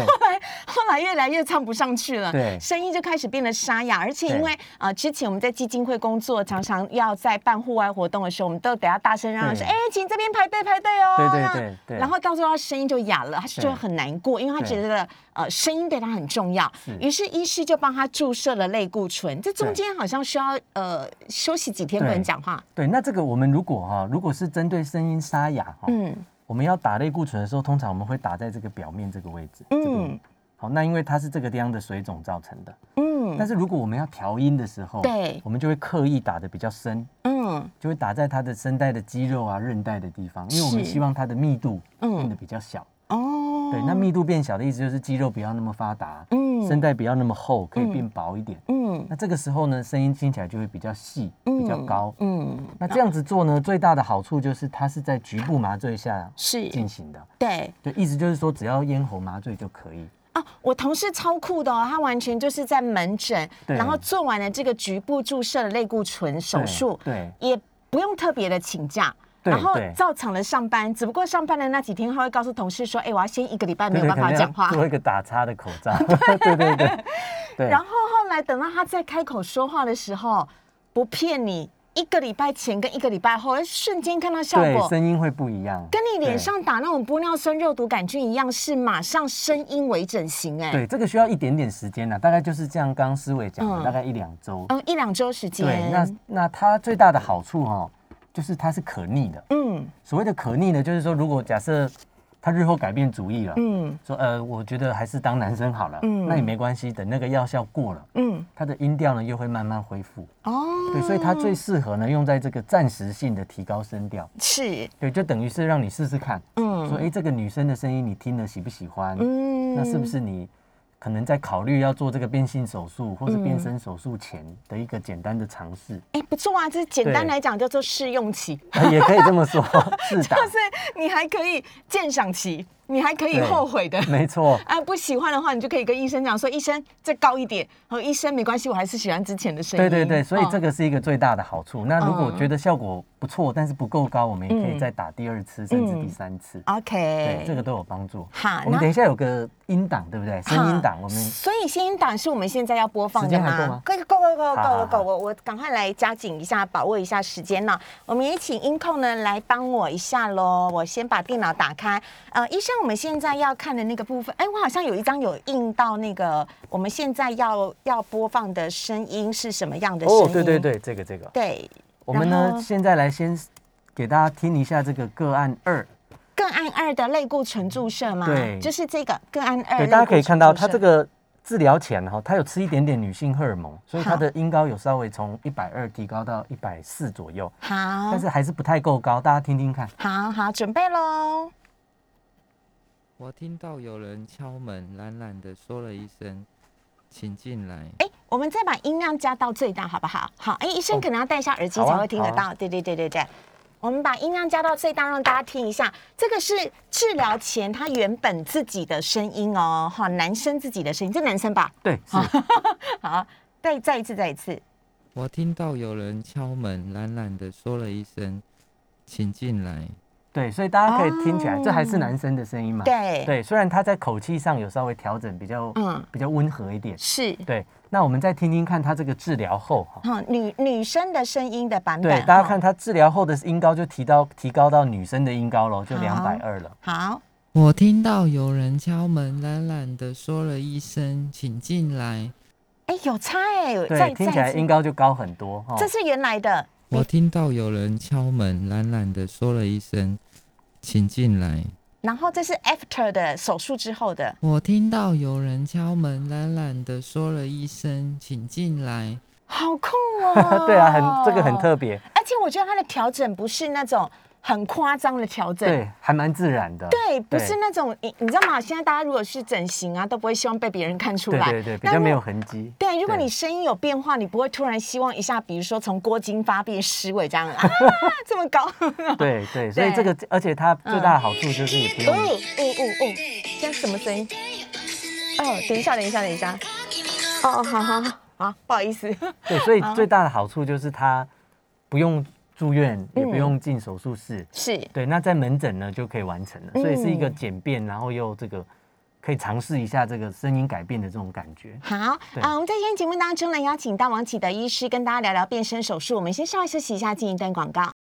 [SPEAKER 1] 后来越来越唱不上去了，
[SPEAKER 2] 对
[SPEAKER 1] 声音就开始变得沙哑，而且因
[SPEAKER 2] 对
[SPEAKER 1] 为啊、呃之前我们在基金会工作，常常要在办户外活动的时候，我们都得要大声嚷嚷说：“
[SPEAKER 2] 对
[SPEAKER 1] 哎、请这边排队排队哦。
[SPEAKER 2] 对对
[SPEAKER 1] 那
[SPEAKER 2] 对对
[SPEAKER 1] 然后到最后他声音就哑了，他就觉得
[SPEAKER 2] 对
[SPEAKER 1] 很难过，因为他觉
[SPEAKER 2] 对
[SPEAKER 1] 得呃声音对他很重要
[SPEAKER 2] 是，
[SPEAKER 1] 于是医师就帮他注射了类固醇。这中
[SPEAKER 2] 对
[SPEAKER 1] 间好像需要呃休息几天不
[SPEAKER 2] 对
[SPEAKER 1] 能讲话，
[SPEAKER 2] 对，那这个我们如果哈、如果是针对声音沙哑哈、
[SPEAKER 1] 嗯
[SPEAKER 2] 我们要打类固醇的时候，通常我们会打在这个表面这个位置。这
[SPEAKER 1] 嗯
[SPEAKER 2] 个好，那因为它是这个地方的水肿造成的。
[SPEAKER 1] 嗯
[SPEAKER 2] 但是如果我们要调音的时候，
[SPEAKER 1] 对
[SPEAKER 2] 我们就会刻意打的比较深，
[SPEAKER 1] 嗯
[SPEAKER 2] 就会打在它的声带的肌肉啊、韧带的地方，因为我们
[SPEAKER 1] 是
[SPEAKER 2] 希望它的密度
[SPEAKER 1] 嗯
[SPEAKER 2] 变得比较小。
[SPEAKER 1] 哦，
[SPEAKER 2] 对，那密度变小的意思就是肌肉不要那么发达，
[SPEAKER 1] 嗯
[SPEAKER 2] 声带不要那么厚，可以变薄一点。
[SPEAKER 1] 嗯
[SPEAKER 2] 那这个时候呢，声音听起来就会比较细，比较高。
[SPEAKER 1] 嗯
[SPEAKER 2] 那这样子做呢，最大的好处就是它是在局部麻醉下
[SPEAKER 1] 是
[SPEAKER 2] 进行的。
[SPEAKER 1] 对。
[SPEAKER 2] 对，意思就是说，只要咽喉麻醉就可以。
[SPEAKER 1] 啊，我同事超酷的哦，他完全就是在门诊，
[SPEAKER 2] 对
[SPEAKER 1] 然后做完了这个局部注射的类固醇手术，
[SPEAKER 2] 对
[SPEAKER 1] 也不用特别的请假。
[SPEAKER 2] 对
[SPEAKER 1] 然后
[SPEAKER 2] 对
[SPEAKER 1] 照常的上班，只不过上班的那几天，他会告诉同事说：“哎、我要先一个礼拜没
[SPEAKER 2] 对
[SPEAKER 1] 有办
[SPEAKER 2] 对，可能
[SPEAKER 1] 法
[SPEAKER 2] 要
[SPEAKER 1] 讲话。
[SPEAKER 2] 做一个打叉的口
[SPEAKER 1] (laughs)
[SPEAKER 2] 罩。对对对对。
[SPEAKER 1] 然后后来等到他再开口说话的时候，不骗你，一个礼拜前跟一个礼拜后，哎瞬间看到效
[SPEAKER 2] 对
[SPEAKER 1] 果，
[SPEAKER 2] 声音会不一样，
[SPEAKER 1] 跟你脸
[SPEAKER 2] 对
[SPEAKER 1] 上打那种玻尿酸、肉毒杆菌一样，是马上声音微整形、哎，
[SPEAKER 2] 对这个需要一点点时间呢，啊大概就是这样。刚刚思伟讲
[SPEAKER 1] 嗯
[SPEAKER 2] 的，大概一两周。
[SPEAKER 1] 嗯，一两周时间，
[SPEAKER 2] 对，那那它最大的好处哈、就是它是可逆的。
[SPEAKER 1] 嗯
[SPEAKER 2] 所谓的可逆呢，就是说，如果假设他日后改变主意了，
[SPEAKER 1] 嗯
[SPEAKER 2] 说呃，我觉得还是当男生好了，
[SPEAKER 1] 嗯
[SPEAKER 2] 那也没关系，等那个药效过了，
[SPEAKER 1] 嗯，
[SPEAKER 2] 他的音调呢又会慢慢恢复。
[SPEAKER 1] 哦，
[SPEAKER 2] 对，所以它最适合呢用在这个暂时性的提高声调。
[SPEAKER 1] 是，
[SPEAKER 2] 对，就等于是让你试试看，说
[SPEAKER 1] 嗯
[SPEAKER 2] 诶，这个女生的声音你听了喜不喜欢？
[SPEAKER 1] 嗯
[SPEAKER 2] 那是不？是你可能在考虑要做这个变性手术或者变声手术前的一个简单的尝试？
[SPEAKER 1] 哎，不错啊，这简单来讲叫做试用期，
[SPEAKER 2] 呃
[SPEAKER 1] (laughs)
[SPEAKER 2] 也可以这么说，是的，
[SPEAKER 1] 就是你还可以鉴赏期，你还可以
[SPEAKER 2] 对嗯
[SPEAKER 1] 后悔的。
[SPEAKER 2] 没错，
[SPEAKER 1] 啊，不喜欢的话，你就可以跟医生讲说，医生再高一点，然后医生没关系，我还是喜欢之前的声音。
[SPEAKER 2] 对对对，所以这
[SPEAKER 1] 个、
[SPEAKER 2] 个是一个最大的好处。那如果
[SPEAKER 1] 嗯
[SPEAKER 2] 觉得效果不错，但是不够高，我们也可
[SPEAKER 1] 嗯哦
[SPEAKER 2] 以再打第二次甚至第三次。对，
[SPEAKER 1] OK，
[SPEAKER 2] 这个都有帮助。
[SPEAKER 1] 好
[SPEAKER 2] 我
[SPEAKER 1] 那
[SPEAKER 2] 们等一下有个音档，对不对？声音档，我们
[SPEAKER 1] 所以声音档是我们现在要播放的
[SPEAKER 2] 时间还够吗
[SPEAKER 1] 可以够够够够
[SPEAKER 2] 好好
[SPEAKER 1] 够
[SPEAKER 2] 好
[SPEAKER 1] 够，我我赶快来加紧一下，把握一下时间呢。我们也请音控呢来帮我一下喽。我先把电脑打开。呃，医生，我们现在要看的那个部分，哎，我好像有一张有印到那个我们现在要要播放的声音是什么样的声音？
[SPEAKER 2] 哦，对对对，这个这个，
[SPEAKER 1] 对，
[SPEAKER 2] 我们
[SPEAKER 1] 然
[SPEAKER 2] 呢
[SPEAKER 1] 后
[SPEAKER 2] 现在来先给大家听一下这个个案二。
[SPEAKER 1] 个案二的类固醇注射嘛，
[SPEAKER 2] 对
[SPEAKER 1] 就是这个个案二。
[SPEAKER 2] 对，大家可以看到，它这个治疗前哈，它有吃一点点女性荷尔蒙，所以它
[SPEAKER 1] 好
[SPEAKER 2] 的音高有稍微从一百二提高到一百四左右，
[SPEAKER 1] 好
[SPEAKER 2] 但，是还是不太够高。大家听听看，
[SPEAKER 1] 好好准备喽。
[SPEAKER 3] 我听到有人敲门，懒懒的说了一声：“请进来。
[SPEAKER 1] 哎，我们再把音量加到最大，好不好？好，哎，医生可能要戴上耳机
[SPEAKER 2] 好啊
[SPEAKER 1] 才会听得
[SPEAKER 2] 好
[SPEAKER 1] 到。对对对对对，我们把音量加到最大，让大家听一下。这个是治疗前他原本自己的声音哦，哈，男生自己的声音，这男生吧？
[SPEAKER 2] 对，是，
[SPEAKER 1] 好，再再一次，再一次。”
[SPEAKER 3] 我听到有人敲门，懒懒的说了一声：“请进来。
[SPEAKER 2] 对，所以大家可以听起来，
[SPEAKER 1] 哦
[SPEAKER 2] 这还是男生的声音嘛？
[SPEAKER 1] 对
[SPEAKER 2] 啊对，虽然他在口气上有稍微调整，比较
[SPEAKER 1] 嗯
[SPEAKER 2] 嗯比较温和一点。
[SPEAKER 1] 是，
[SPEAKER 2] 对，那我们再听听看他这个治疗后哈，
[SPEAKER 1] 哈，女女生的声音的版本。
[SPEAKER 2] 对，大家
[SPEAKER 1] 哈
[SPEAKER 2] 看。他治疗后的音高就提到提高到女生的音高了，就
[SPEAKER 1] 好
[SPEAKER 2] 两百二了。
[SPEAKER 1] 好，”
[SPEAKER 3] 我听到有人敲门，懒懒的说了一声：“请进来。
[SPEAKER 1] 哎，有差哎，再
[SPEAKER 2] 对，听起
[SPEAKER 1] 再
[SPEAKER 2] 来
[SPEAKER 1] 一次
[SPEAKER 2] 音哦高就高很多哈。
[SPEAKER 1] 这是原来的。”
[SPEAKER 3] 我听到有人敲门，懒懒的说了一声：“请进来。
[SPEAKER 1] 然后这是 after 的手术之后的”，
[SPEAKER 3] 我听到有人敲门，懒懒的说了一声：“请进来。”
[SPEAKER 1] 好酷哦！
[SPEAKER 2] (laughs) 对啊，很这个很，特别，
[SPEAKER 1] 而且我觉得它的调整不是那种很夸张的调整，
[SPEAKER 2] 对，还蛮自然的。
[SPEAKER 1] 对，不是那种你你知道吗？现在大家如果去整形啊，都不会希望被别人看出
[SPEAKER 2] 对
[SPEAKER 1] 来，
[SPEAKER 2] 对对，比
[SPEAKER 1] 那
[SPEAKER 2] 较
[SPEAKER 1] 如
[SPEAKER 2] 没有。痕迹。
[SPEAKER 1] 对，如果
[SPEAKER 2] 对
[SPEAKER 1] 你声音有变化，你不会突然希望一下，比如说从郭金发变石伟这样啊， (laughs) 这么
[SPEAKER 2] (laughs)
[SPEAKER 1] 高。
[SPEAKER 2] 对对，所以
[SPEAKER 1] 对
[SPEAKER 2] 这个而且它最大的好处就是也不
[SPEAKER 1] 哦
[SPEAKER 2] 用
[SPEAKER 1] 哦哦哦，这样什么声音？哦，等一下，等一下，等一下。哦哦，好好好，好不好意思。
[SPEAKER 2] 对，所以
[SPEAKER 1] 哦
[SPEAKER 2] 最大的好处就是它不用住院，也
[SPEAKER 1] 嗯
[SPEAKER 2] 不用进手术室。
[SPEAKER 1] 是，
[SPEAKER 2] 对，那在门诊呢就可以完成了，所以是一个
[SPEAKER 1] 嗯
[SPEAKER 2] 简便，然后又这个可以尝试一下这个声音改变的这种感觉。
[SPEAKER 1] 好啊、
[SPEAKER 2] 对
[SPEAKER 1] 我们在今天节目当中呢，邀请到王启德医师跟大家聊聊变声手术。我们先稍微休息一下，进一段广告。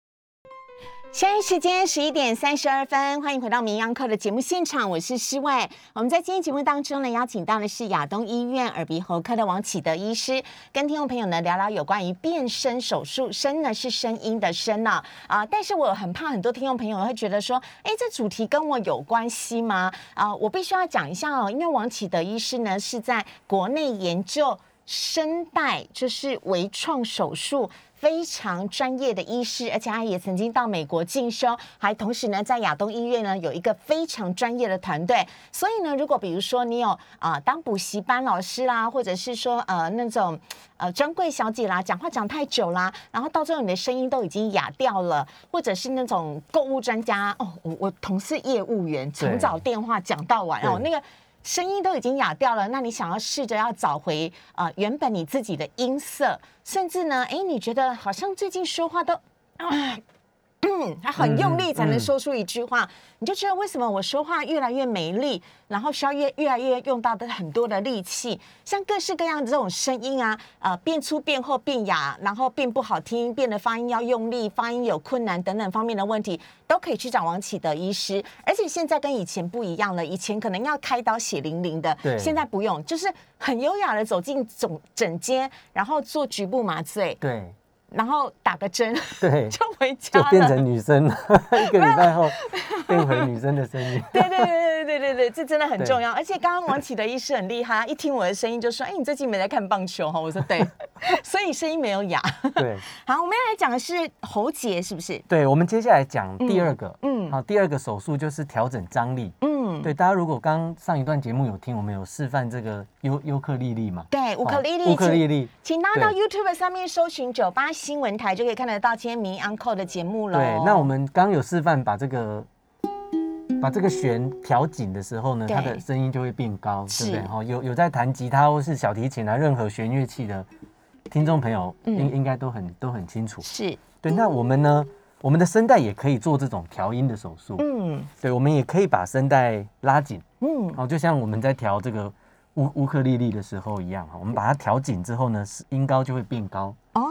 [SPEAKER 1] 现在时间十一点三十二分，欢迎回到《名扬课》的节目现场，我是施伟。我们在今天节目当中呢，邀请到的是亚东医院耳鼻喉科的王启德医师，跟听众朋友呢聊聊有关于变声手术。声呢是声音的声呢、啊、但是我很怕很多听众朋友会觉得说，哎，这主题跟我有关系吗？啊、我必须要讲一下哦，因为王启德医师呢是在国内研究。声带就是微创手术，非常专业的医师，而且他也曾经到美国进修，还同时呢在亚东医院呢有一个非常专业的团队。所以呢，如果比如说你有啊、呃当补习班老师啦，或者是说呃那种呃专柜小姐啦，讲话讲太久啦，然后到最后你的声音都已经哑掉了，或者是那种购物专家哦，我我同事业务员从
[SPEAKER 2] 对
[SPEAKER 1] 早电话讲到晚哦，那
[SPEAKER 2] 对
[SPEAKER 1] 个声音都已经哑掉了，那你想要试着要找回呃原本你自己的音色，甚至呢，哎，你觉得好像最近说话都。啊嗯，还很用力才能说出一句话，你就觉得为什么我说话越来越没力，然后需要越越来越用到的很多的力气，像各式各样的这种声音啊，呃，变粗、变厚、变哑，然后变不好听，变得发音要用力，发音有困难等等方面的问题，都可以去找王启德医师。而且现在跟以前不一样了，以前可能要开刀血淋淋的，
[SPEAKER 2] 对
[SPEAKER 1] 现在不用，就是很优雅的走进总诊间，然后做局部麻醉，
[SPEAKER 2] 对
[SPEAKER 1] 然后打个针 (laughs)
[SPEAKER 2] 对，
[SPEAKER 1] 就回家
[SPEAKER 2] 就
[SPEAKER 1] 了。
[SPEAKER 2] 变成女生了，一个礼拜后变回女生的声音。
[SPEAKER 1] 对对对对对对对，这真的很
[SPEAKER 2] 对
[SPEAKER 1] 重要。而且刚刚王启德医师很厉害，他一听我的声音就说：“哎、你最近没在看棒球哈？”我说：“对，所以声音没有哑。
[SPEAKER 2] 对。”
[SPEAKER 1] 好，我们要来讲的是喉结，是不是？
[SPEAKER 2] 对，我们接下来讲第二个，
[SPEAKER 1] 嗯嗯
[SPEAKER 2] 嗯，好、第二个手术就是调整张力。
[SPEAKER 1] 嗯，
[SPEAKER 2] 对，大家如果刚上一段节目有听，我们有示范这个尤尤克里里嘛，
[SPEAKER 1] 对，乌克丽丽，
[SPEAKER 2] 哦乌克丽丽，
[SPEAKER 1] 请大家到
[SPEAKER 2] 对
[SPEAKER 1] YouTube 上面搜寻“酒吧新闻台”，就可以看得到今天《名 Uncle》的节目了。
[SPEAKER 2] 对，那我们刚有示范把这个把这个弦调紧的时候呢，
[SPEAKER 1] 对
[SPEAKER 2] 它的声音就会变高，对不对
[SPEAKER 1] 是？
[SPEAKER 2] 哈、有有在弹吉他或是小提琴啊，任何弦乐器的听众朋友，
[SPEAKER 1] 嗯
[SPEAKER 2] 应应该都很都很清楚。
[SPEAKER 1] 是，
[SPEAKER 2] 对，那我们呢，我们的声带也可以做这种调音的手术。
[SPEAKER 1] 嗯
[SPEAKER 2] 对，我们也可以把声带拉紧，
[SPEAKER 1] 嗯，
[SPEAKER 2] 哦，就像我们在调这个乌乌克丽丽的时候一样，哦哈，我们把它调紧之后呢，是音高就会变高。
[SPEAKER 1] 哦，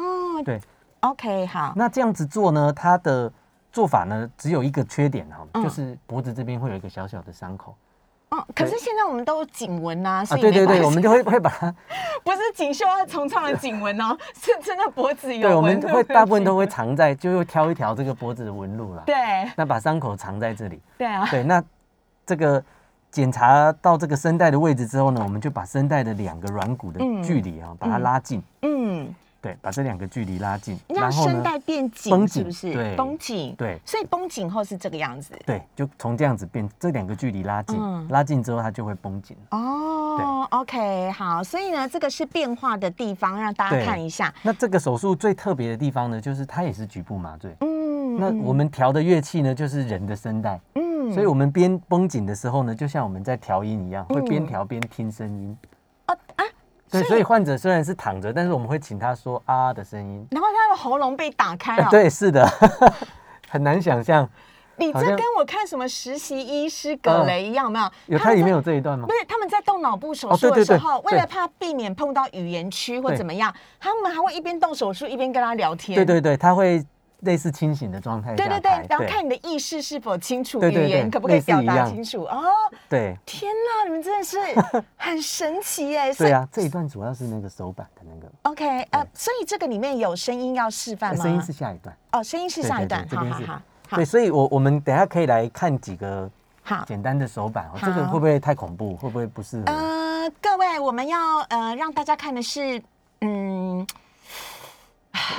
[SPEAKER 2] 对
[SPEAKER 1] ，OK，好，
[SPEAKER 2] 那这样子做呢，它的做法呢只有一个缺点哈，
[SPEAKER 1] 嗯
[SPEAKER 2] 就是脖子这边会有一个小小的伤口
[SPEAKER 1] 哦，可是
[SPEAKER 2] 对
[SPEAKER 1] 现在我们都有颈纹呐，
[SPEAKER 2] 啊。
[SPEAKER 1] 所以
[SPEAKER 2] 对对
[SPEAKER 1] 没关
[SPEAKER 2] 对，
[SPEAKER 1] 系
[SPEAKER 2] 我们就会会把它，
[SPEAKER 1] 不是锦绣要重唱的颈纹哦，是真的脖子 (laughs)
[SPEAKER 2] 对，
[SPEAKER 1] 有
[SPEAKER 2] 我
[SPEAKER 1] 纹，
[SPEAKER 2] 们会
[SPEAKER 1] 不
[SPEAKER 2] 大部分都会藏在，就会挑一条这个脖子的纹路啦。，
[SPEAKER 1] 对啊
[SPEAKER 2] 那把伤口藏在这里。
[SPEAKER 1] 对啊，
[SPEAKER 2] 对，那这个检查到这个声带的位置之后呢，我们就把声带的两个软骨的
[SPEAKER 1] 嗯
[SPEAKER 2] 距离啊、把它拉近。
[SPEAKER 1] 嗯，
[SPEAKER 2] 对，把这两个距离拉近，
[SPEAKER 1] 让
[SPEAKER 2] 然后
[SPEAKER 1] 声
[SPEAKER 2] 呢，
[SPEAKER 1] 带变紧，
[SPEAKER 2] 绷
[SPEAKER 1] 是不
[SPEAKER 2] 紧
[SPEAKER 1] 是？
[SPEAKER 2] 对
[SPEAKER 1] 绷紧，
[SPEAKER 2] 对
[SPEAKER 1] 所以绷紧后是这个样子。
[SPEAKER 2] 对，就从这样子变，这两个距离拉近，
[SPEAKER 1] 嗯
[SPEAKER 2] 拉近之后它就会绷紧。
[SPEAKER 1] 哦，OK，好，所以呢，这个是变化的地方，让大家
[SPEAKER 2] 对
[SPEAKER 1] 看一下。
[SPEAKER 2] 那这个手术最特别的地方呢，就是它也是局部麻醉。
[SPEAKER 1] 嗯，
[SPEAKER 2] 那
[SPEAKER 1] 嗯
[SPEAKER 2] 我们调的乐器呢，就是人的声带，
[SPEAKER 1] 嗯
[SPEAKER 2] 所以我们边绷紧的时候呢，就像我们在调音一样，会边
[SPEAKER 1] 嗯
[SPEAKER 2] 调边听声音。
[SPEAKER 1] 哦啊，
[SPEAKER 2] 对，所以患者虽然是躺着，但是我们会请他说啊的声音。
[SPEAKER 1] 然后他的喉咙被打开了。
[SPEAKER 2] 哎， (laughs) 对，是的，很难想象。
[SPEAKER 1] 你这
[SPEAKER 2] 好像嗯
[SPEAKER 1] 跟我看什么实习医师葛雷一样，有没有？
[SPEAKER 2] 有
[SPEAKER 1] 他
[SPEAKER 2] 它
[SPEAKER 1] 们
[SPEAKER 2] 里面
[SPEAKER 1] 在
[SPEAKER 2] 有这一段吗
[SPEAKER 1] 不？是，他们在动脑部手
[SPEAKER 2] 哦
[SPEAKER 1] 术
[SPEAKER 2] 对
[SPEAKER 1] 的
[SPEAKER 2] 对
[SPEAKER 1] 时
[SPEAKER 2] 对
[SPEAKER 1] 候，为
[SPEAKER 2] 对
[SPEAKER 1] 了怕避免碰到语言区或
[SPEAKER 2] 对
[SPEAKER 1] 怎么样，他们还会一边动手术一边跟他聊天。
[SPEAKER 2] 对对对，他会类似清醒的状态下
[SPEAKER 1] 对对
[SPEAKER 2] 排。
[SPEAKER 1] 对然后看你的意识是否清楚，
[SPEAKER 2] 对
[SPEAKER 1] 语
[SPEAKER 2] 对
[SPEAKER 1] 言
[SPEAKER 2] 对
[SPEAKER 1] 可不可以
[SPEAKER 2] 类似
[SPEAKER 1] 表
[SPEAKER 2] 一
[SPEAKER 1] 达
[SPEAKER 2] 样
[SPEAKER 1] 清楚哦。
[SPEAKER 2] 对
[SPEAKER 1] 天哪，你们真的是很神奇耶！所
[SPEAKER 2] 对
[SPEAKER 1] 以
[SPEAKER 2] 啊，这一段主要是那个手板的那个，
[SPEAKER 1] OK，呃，所以这个里面有声音要示范
[SPEAKER 2] 呃
[SPEAKER 1] 吗？
[SPEAKER 2] 声音是下一段。
[SPEAKER 1] 哦，声音是
[SPEAKER 2] 对
[SPEAKER 1] 上一
[SPEAKER 2] 对
[SPEAKER 1] 段，
[SPEAKER 2] 对，这
[SPEAKER 1] 好
[SPEAKER 2] 边
[SPEAKER 1] 好
[SPEAKER 2] 是
[SPEAKER 1] 好，
[SPEAKER 2] 对，所以我我们等一下可以来看几个
[SPEAKER 1] 好。
[SPEAKER 2] 简单的手板哦，
[SPEAKER 1] 好
[SPEAKER 2] 这个会不会太恐怖？会不会不适合？
[SPEAKER 1] 呃，各位，我们要呃让大家看的是，嗯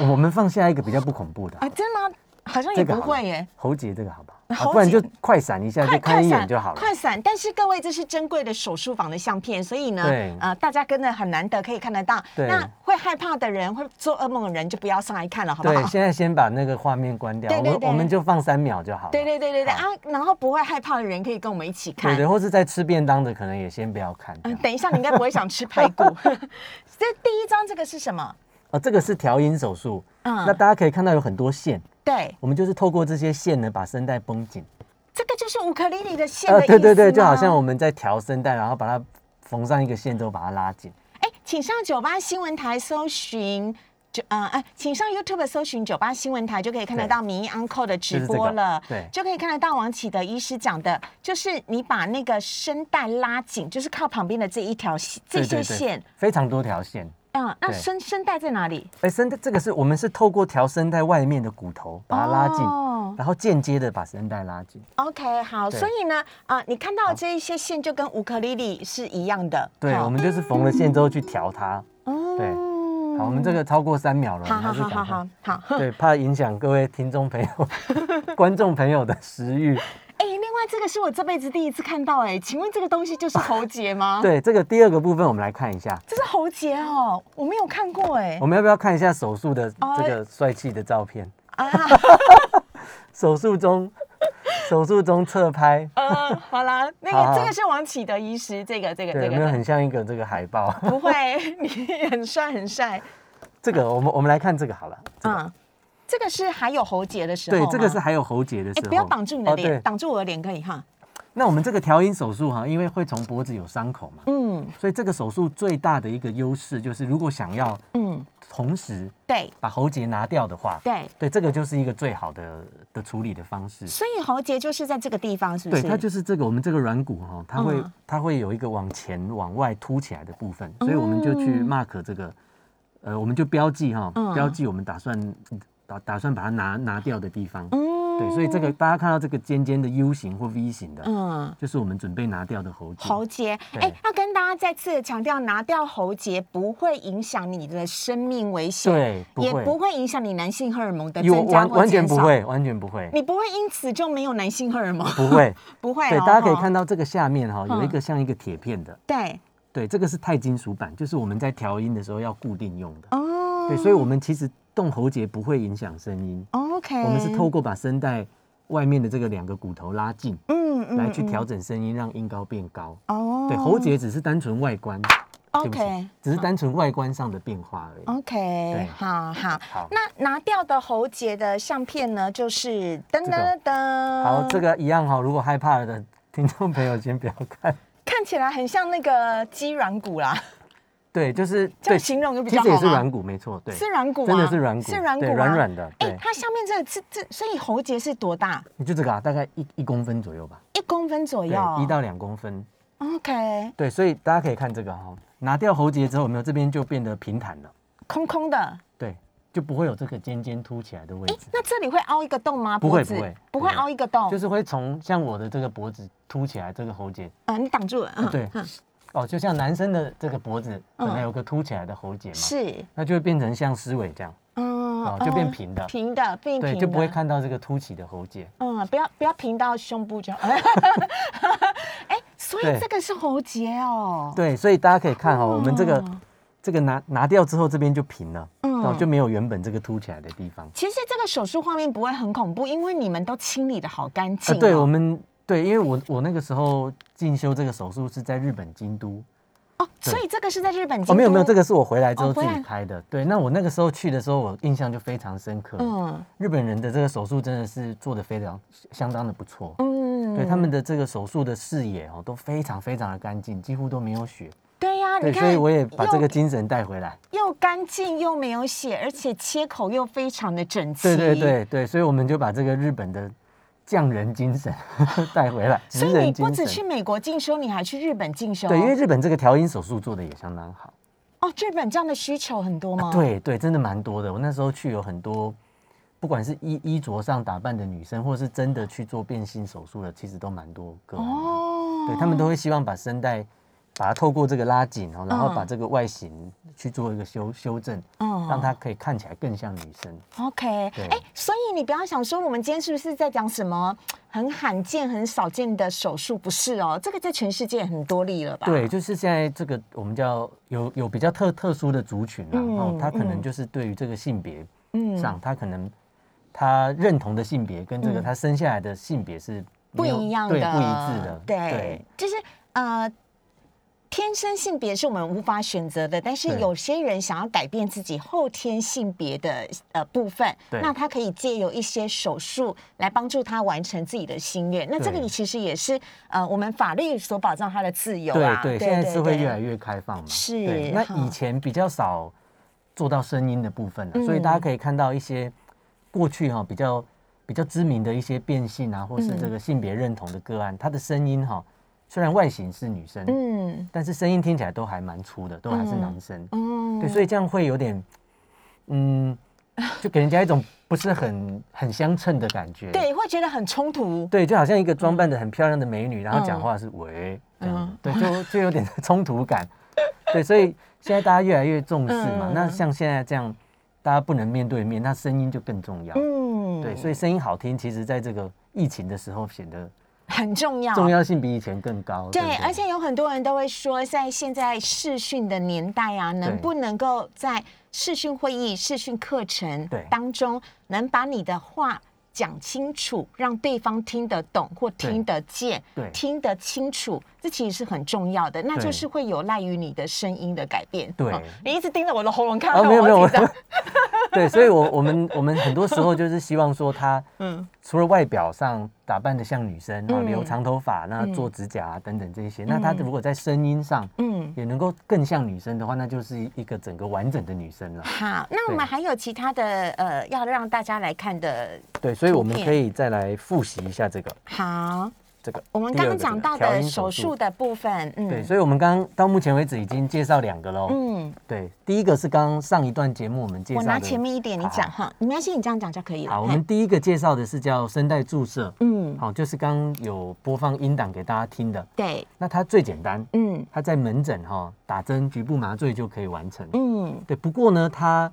[SPEAKER 2] 我们放下一个比较不恐怖的好
[SPEAKER 1] 啊，
[SPEAKER 2] 了，
[SPEAKER 1] 真的吗？好像也
[SPEAKER 2] 这个
[SPEAKER 1] 不
[SPEAKER 2] 好了
[SPEAKER 1] 会耶。
[SPEAKER 2] 喉结这个好不好？
[SPEAKER 1] 喉
[SPEAKER 2] 啊不然
[SPEAKER 1] 结
[SPEAKER 2] 就快闪一下，就看一眼就好了。
[SPEAKER 1] 快闪！但是各位，这是珍贵的手术房的相片，所以呢
[SPEAKER 2] 对，
[SPEAKER 1] 呃，大家真的很难得可以看得到。
[SPEAKER 2] 对
[SPEAKER 1] 那会害怕的人，会做噩梦的人，就不要上来看了，好不
[SPEAKER 2] 对，
[SPEAKER 1] 好？
[SPEAKER 2] 现在先把那个画面关掉，
[SPEAKER 1] 对
[SPEAKER 2] 我
[SPEAKER 1] 对
[SPEAKER 2] 们
[SPEAKER 1] 对
[SPEAKER 2] 我们就放三秒就好了。
[SPEAKER 1] (laughs) 对对对对对啊
[SPEAKER 2] 好！
[SPEAKER 1] 然后不会害怕的人，可以跟我们一起看
[SPEAKER 2] 对。对，或是在吃便当的可能也先不要看。
[SPEAKER 1] 嗯，
[SPEAKER 2] 这样
[SPEAKER 1] 等一下，你应该不会想吃排
[SPEAKER 2] (laughs)
[SPEAKER 1] 骨。这第一张这个是什么？
[SPEAKER 2] 哦，这个是调音手术，
[SPEAKER 1] 嗯
[SPEAKER 2] 那大家可以看到有很多线，
[SPEAKER 1] 对，
[SPEAKER 2] 我们就是透过这些线呢，把声带绷紧。啊
[SPEAKER 1] 这个就是乌克丽丽的线的意思、
[SPEAKER 2] 呃对对对，就好像我。们在调声带，然后把它缝上一个线之后把它拉紧。
[SPEAKER 1] 哎，请上九八新闻台搜寻。就啊哎，请上 YouTube 搜寻九八新闻台，就可以看得
[SPEAKER 2] 对
[SPEAKER 1] 到迷 Uncle 的直
[SPEAKER 2] 就是这个
[SPEAKER 1] 播了。
[SPEAKER 2] 对
[SPEAKER 1] 就可以看得到王启德医师讲的，就是你把那个声带拉紧，就是靠旁边的这一条线，这
[SPEAKER 2] 对
[SPEAKER 1] 些
[SPEAKER 2] 对对
[SPEAKER 1] 线。
[SPEAKER 2] 非常多条线。
[SPEAKER 1] 嗯，那
[SPEAKER 2] 对
[SPEAKER 1] 声声带在哪里？
[SPEAKER 2] 哎，声带这个是我们是透过调声带外面的骨头把它拉近，
[SPEAKER 1] 哦
[SPEAKER 2] 然后间接的把声带拉紧。
[SPEAKER 1] OK，好，
[SPEAKER 2] 对
[SPEAKER 1] 所以呢，啊、你看到这一些线就跟乌克丽丽是一样的。
[SPEAKER 2] 对，
[SPEAKER 1] 好
[SPEAKER 2] 我们就是缝了线之后去调它。
[SPEAKER 1] 哦
[SPEAKER 2] 对好，我们这个超过三秒了，
[SPEAKER 1] 嗯好
[SPEAKER 2] 我
[SPEAKER 1] 好好
[SPEAKER 2] 们还是
[SPEAKER 1] 好
[SPEAKER 2] 赶快
[SPEAKER 1] 好。好。
[SPEAKER 2] 对，怕影响各位听众朋
[SPEAKER 1] (laughs)
[SPEAKER 2] 友、观众朋友的食欲。
[SPEAKER 1] 哎、另外这个是我这辈子第一次看到、哎，请问这个东西就是喉结吗？，
[SPEAKER 2] (laughs) 对，这个第二个部分我们来看一下，
[SPEAKER 1] 这是喉结哦，我没有看过、哎
[SPEAKER 2] 我。们要不要看一下手术的
[SPEAKER 1] 哦
[SPEAKER 2] 这个帅气的照片？
[SPEAKER 1] 啊，
[SPEAKER 2] 手术中，手术中侧拍，
[SPEAKER 1] 呃，好啦，那
[SPEAKER 2] 好好
[SPEAKER 1] 个这个是王启德医师，这个这个
[SPEAKER 2] 对，
[SPEAKER 1] 这
[SPEAKER 2] 有没有
[SPEAKER 1] 个
[SPEAKER 2] 很像一个这个海报？ (laughs)
[SPEAKER 1] 不会，你很帅很帅，
[SPEAKER 2] 这个我们我们来看这个好了。这个
[SPEAKER 1] 嗯，这个是还有喉结的时候
[SPEAKER 2] 对
[SPEAKER 1] 吗，
[SPEAKER 2] 这个是还有喉结的时
[SPEAKER 1] 哎、
[SPEAKER 2] 候。
[SPEAKER 1] 不要挡住你的
[SPEAKER 2] 哦
[SPEAKER 1] 脸，
[SPEAKER 2] 对
[SPEAKER 1] 挡住我的脸可以哈，
[SPEAKER 2] 那我们这个调音手术哈，因为会从脖子有伤口嘛，
[SPEAKER 1] 嗯
[SPEAKER 2] 所以这个手术最大的一个优势就是，如果想要
[SPEAKER 1] 嗯，
[SPEAKER 2] 同时
[SPEAKER 1] 对
[SPEAKER 2] 把喉结拿掉的话，
[SPEAKER 1] 对，
[SPEAKER 2] 对，这个就是一个最好的的处理的方式。
[SPEAKER 1] 所以喉结就是在这个地方，是不
[SPEAKER 2] 对，
[SPEAKER 1] 是？
[SPEAKER 2] 它就是这个我们这个软骨哈，它会、
[SPEAKER 1] 嗯
[SPEAKER 2] 它会有一个往前往外凸起来的部分，所以我们就去 mark 这个，呃，我们就标记哈，
[SPEAKER 1] 哦嗯
[SPEAKER 2] 标记我们打算打打算把它拿拿掉的地方。
[SPEAKER 1] 嗯
[SPEAKER 2] 对，所以这个大家看到这个尖尖的 U 型或 V 型的，
[SPEAKER 1] 嗯。
[SPEAKER 2] 就是我们准备拿掉的喉结。
[SPEAKER 1] 喉结，
[SPEAKER 2] 嗯对
[SPEAKER 1] 哎、要跟大家再次强调，拿掉喉结不会影响你的生命危险，
[SPEAKER 2] 对，不
[SPEAKER 1] 也
[SPEAKER 2] 会，
[SPEAKER 1] 不会影响你男性荷尔蒙的
[SPEAKER 2] 有
[SPEAKER 1] 增加
[SPEAKER 2] 完
[SPEAKER 1] 或
[SPEAKER 2] 完全
[SPEAKER 1] 减
[SPEAKER 2] 不
[SPEAKER 1] 少，
[SPEAKER 2] 会，完全不会，
[SPEAKER 1] 你不会因此就没有男性荷尔蒙，
[SPEAKER 2] 不会。
[SPEAKER 1] 不会、哦，
[SPEAKER 2] 对，大家可以看
[SPEAKER 1] 到，
[SPEAKER 2] 到这个下面哈，有一
[SPEAKER 1] 嗯
[SPEAKER 2] 个像一个铁片的，
[SPEAKER 1] 对，
[SPEAKER 2] 对，这个是钛金属板，就是我们在调音的时候要固定用的。
[SPEAKER 1] 哦，
[SPEAKER 2] 对，所以我们其实动喉结不会影响声音，
[SPEAKER 1] 哦 OK，
[SPEAKER 2] 我们是透过把声带外面的这个两个骨头拉近，
[SPEAKER 1] 嗯嗯嗯
[SPEAKER 2] 来去
[SPEAKER 1] 嗯
[SPEAKER 2] 调整声音，让音高变高。
[SPEAKER 1] 哦
[SPEAKER 2] 对，喉结只是单纯外观，对不起
[SPEAKER 1] OK
[SPEAKER 2] 只是单纯外观上的变化而已。
[SPEAKER 1] OK，好好。
[SPEAKER 2] 好，
[SPEAKER 1] 那拿掉的喉结的相片呢，就是噔噔噔噔，
[SPEAKER 2] 好，这个一样哈、如果害怕的听众朋友先不要看。
[SPEAKER 1] 看起来很像那个鸡软骨啦，
[SPEAKER 2] 对，就是
[SPEAKER 1] 这样
[SPEAKER 2] 对，
[SPEAKER 1] 形容就比
[SPEAKER 2] 其
[SPEAKER 1] 较
[SPEAKER 2] 实
[SPEAKER 1] 好
[SPEAKER 2] 也是
[SPEAKER 1] 吗
[SPEAKER 2] 软骨，没错，对，
[SPEAKER 1] 是软骨吗？
[SPEAKER 2] 真的是软骨，
[SPEAKER 1] 是软骨
[SPEAKER 2] 对，
[SPEAKER 1] 吗
[SPEAKER 2] 软软的，
[SPEAKER 1] 哎
[SPEAKER 2] 对，，
[SPEAKER 1] 它下面这这这，所以喉结是多大？
[SPEAKER 2] 你就这个啊，大概一一公分左右吧，
[SPEAKER 1] 一公分左右，
[SPEAKER 2] 一到两公分，
[SPEAKER 1] OK，
[SPEAKER 2] 对，所以大家可以看这个哈、拿掉喉结之后，有没有这边就变得平坦了？
[SPEAKER 1] 空空的。
[SPEAKER 2] 对，就不会有这个尖尖凸起来的位
[SPEAKER 1] 哎
[SPEAKER 2] 置，，
[SPEAKER 1] 那这里会凹一个洞吗？
[SPEAKER 2] 嗯不会
[SPEAKER 1] 脖子
[SPEAKER 2] 不会
[SPEAKER 1] 不会
[SPEAKER 2] 不会
[SPEAKER 1] 凹一个洞，
[SPEAKER 2] 就是会从像我的这个脖子凸起来这个喉结，
[SPEAKER 1] 呃，你挡住了，嗯
[SPEAKER 2] 对，
[SPEAKER 1] 嗯
[SPEAKER 2] 哦，就像男生的这个脖子本来有个凸起来的喉结嘛，
[SPEAKER 1] 是，
[SPEAKER 2] 那就会变成像狮尾这样，
[SPEAKER 1] 嗯
[SPEAKER 2] 哦，就变
[SPEAKER 1] 嗯
[SPEAKER 2] 平的，
[SPEAKER 1] 平的，变平
[SPEAKER 2] 对，
[SPEAKER 1] 的，
[SPEAKER 2] 就不会看到这个凸起的喉结。
[SPEAKER 1] 嗯，不要不要平到胸部 (laughs) 就。哎、所以
[SPEAKER 2] 对
[SPEAKER 1] 这个是喉结哦。
[SPEAKER 2] 对，所以大家可以看哈、
[SPEAKER 1] 哦
[SPEAKER 2] 我们这个这个拿拿掉之后，这边就平了，
[SPEAKER 1] 嗯
[SPEAKER 2] 哦，就没有原本这个凸起来的地方。
[SPEAKER 1] 其实这个手术画面不会很恐怖，因为你们都清理的好干
[SPEAKER 2] 啊
[SPEAKER 1] 净、，哦
[SPEAKER 2] 对我们对，因为我我那个时候进修这个手术是在日本京都，
[SPEAKER 1] 哦，所以这个是在日本。
[SPEAKER 2] 哦，没有没有，这
[SPEAKER 1] 个。
[SPEAKER 2] 个是我回来之
[SPEAKER 1] 哦
[SPEAKER 2] 后自
[SPEAKER 1] 回来
[SPEAKER 2] 己开的。对，那我那个时候去的时候，我印象就非常深刻。
[SPEAKER 1] 嗯
[SPEAKER 2] 日本人的这个手术真的是做的非常相当的不错。
[SPEAKER 1] 嗯，
[SPEAKER 2] 对他们的这个手术的视野哦，都非常非常的干净，几乎都没有血。
[SPEAKER 1] 对呀、你
[SPEAKER 2] 对，
[SPEAKER 1] 看，
[SPEAKER 2] 所以我也把这个
[SPEAKER 1] 又
[SPEAKER 2] 精神带回来。
[SPEAKER 1] 又干净又没有血，而且切口又非常的整齐。
[SPEAKER 2] 对对。对对，所以我们就把这个日本的匠人精神 (laughs) 带回来，
[SPEAKER 1] 所
[SPEAKER 2] 职
[SPEAKER 1] 以你
[SPEAKER 2] 人
[SPEAKER 1] 不
[SPEAKER 2] 精
[SPEAKER 1] 只去哦
[SPEAKER 2] 神。
[SPEAKER 1] 美国进修，你还去日本进修。
[SPEAKER 2] 对，因为日本这个调音手术做的也相当好。啊
[SPEAKER 1] 哦，日本这样的需求很多吗？，
[SPEAKER 2] 对对，真的蛮多的。我那时候去有很多，不管是衣衣着上打扮的女生，或是真的去做变性手术的，其实都蛮多个案的。
[SPEAKER 1] 哦，
[SPEAKER 2] 对他们都会希望把声带，把它透过这个拉紧哦，然后把
[SPEAKER 1] 嗯
[SPEAKER 2] 这个外形去做一个修修正，
[SPEAKER 1] 嗯
[SPEAKER 2] 让它可以看起来更像女生。
[SPEAKER 1] OK，哎、
[SPEAKER 2] 对
[SPEAKER 1] 所以你不要想说我们今天是不是在讲什么很罕见、很少见的手术，不是哦，这个在全世界也很多例了吧？
[SPEAKER 2] 对，，就是现在这个我们叫有有比较特特殊的族群啊，哦
[SPEAKER 1] 嗯，
[SPEAKER 2] 他可能
[SPEAKER 1] 嗯
[SPEAKER 2] 就是对于这个性别
[SPEAKER 1] 嗯
[SPEAKER 2] 上，他可能他认同的性别跟这个
[SPEAKER 1] 嗯
[SPEAKER 2] 他生下来的性别是
[SPEAKER 1] 不
[SPEAKER 2] 没有
[SPEAKER 1] 一样的，
[SPEAKER 2] 对不一致的，
[SPEAKER 1] 对，就是呃。天生性别是我们无法选择的，但是
[SPEAKER 2] 对
[SPEAKER 1] 有些人想要改变自己后天性别的呃部分，
[SPEAKER 2] 对
[SPEAKER 1] 那他可以借由一些手术来帮助他完成自己的心愿。那这个
[SPEAKER 2] 对
[SPEAKER 1] 其实也是呃我们法律所保障他的自由啊。
[SPEAKER 2] 对对，现在社会越来
[SPEAKER 1] 越
[SPEAKER 2] 越开放嘛。
[SPEAKER 1] 是
[SPEAKER 2] 对那以前比较少做到声音的部分了、
[SPEAKER 1] 嗯
[SPEAKER 2] 所以大家可以看到一些过去哈、比较比较知名的一些变性啊，或是
[SPEAKER 1] 嗯
[SPEAKER 2] 这个性别认同的个案，他的声音哈、虽然外形是女生，
[SPEAKER 1] 嗯
[SPEAKER 2] 但是声音听起来都还蛮粗的，都还是男生。
[SPEAKER 1] 嗯，
[SPEAKER 2] 对，所以这样会有点，嗯，就给人家一种不是很很相称的感觉。
[SPEAKER 1] 对，会觉得很冲突。
[SPEAKER 2] 对，就好像一个装扮的很漂亮的美女，然后讲话是喂
[SPEAKER 1] 嗯
[SPEAKER 2] 这样子，对，就就有点冲突感。对，所以现在大家越来越重视嘛。
[SPEAKER 1] 嗯
[SPEAKER 2] 那像现在这样，大家不能面对面，那声音就更重要。
[SPEAKER 1] 嗯，
[SPEAKER 2] 对，所以声音好听，其实在这个疫情的时候显得
[SPEAKER 1] 很重要。
[SPEAKER 2] 重要性比以前更高。
[SPEAKER 1] 对
[SPEAKER 2] 不，
[SPEAKER 1] 而且有很多人都会说，在现在视讯的年代啊，能不能够在视讯会议、视讯课程
[SPEAKER 2] 对
[SPEAKER 1] 当中，能把你的话讲清楚，让对方听得懂或听得见、
[SPEAKER 2] 对
[SPEAKER 1] 听得清楚，这其实是很重要的。那
[SPEAKER 2] 对
[SPEAKER 1] 就是会有赖于你的声音的改变。
[SPEAKER 2] 对
[SPEAKER 1] 哦你一直盯着我的喉咙看，
[SPEAKER 2] 啊，
[SPEAKER 1] 看
[SPEAKER 2] 没有没有，
[SPEAKER 1] 我
[SPEAKER 2] 我
[SPEAKER 1] 紧张
[SPEAKER 2] (laughs) 对，所以我我们我们很多时候就是希望说他，嗯，除了外表上打扮的像女生，啊，
[SPEAKER 1] 嗯
[SPEAKER 2] 留长头发，那做指甲啊等等这些，那他如果在声音上，
[SPEAKER 1] 嗯。
[SPEAKER 2] 也能够更像女生的话，那就是一个整个完整的女生了。
[SPEAKER 1] 好，那我们
[SPEAKER 2] 对
[SPEAKER 1] 还有其他的呃，要让大家来看的
[SPEAKER 2] 对，所以我们
[SPEAKER 1] 图片
[SPEAKER 2] 可以再来复习一下这个
[SPEAKER 1] 好，
[SPEAKER 2] 这个。
[SPEAKER 1] 我们
[SPEAKER 2] 第
[SPEAKER 1] 刚
[SPEAKER 2] 二
[SPEAKER 1] 刚
[SPEAKER 2] 个这
[SPEAKER 1] 讲
[SPEAKER 2] 个
[SPEAKER 1] 到
[SPEAKER 2] 调
[SPEAKER 1] 的
[SPEAKER 2] 音
[SPEAKER 1] 手术。的部分，嗯，
[SPEAKER 2] 对，所以我们刚刚到目前为止已经介绍两个喽。
[SPEAKER 1] 嗯，
[SPEAKER 2] 对，第一个是刚刚上一段节目我们介绍
[SPEAKER 1] 我
[SPEAKER 2] 的。
[SPEAKER 1] 拿前面一点你
[SPEAKER 2] 好
[SPEAKER 1] 讲哈，没关系，你这样讲就可以了。
[SPEAKER 2] 好，我
[SPEAKER 1] 嘿
[SPEAKER 2] 们第一个介绍的是叫声带注射。
[SPEAKER 1] 嗯，
[SPEAKER 2] 好，就是刚刚有播放音档给大家听的。
[SPEAKER 1] 对，
[SPEAKER 2] 那它最简单，
[SPEAKER 1] 嗯
[SPEAKER 2] 它在门诊哈、打针局部麻醉就可以完成。
[SPEAKER 1] 嗯
[SPEAKER 2] 对，不过呢，它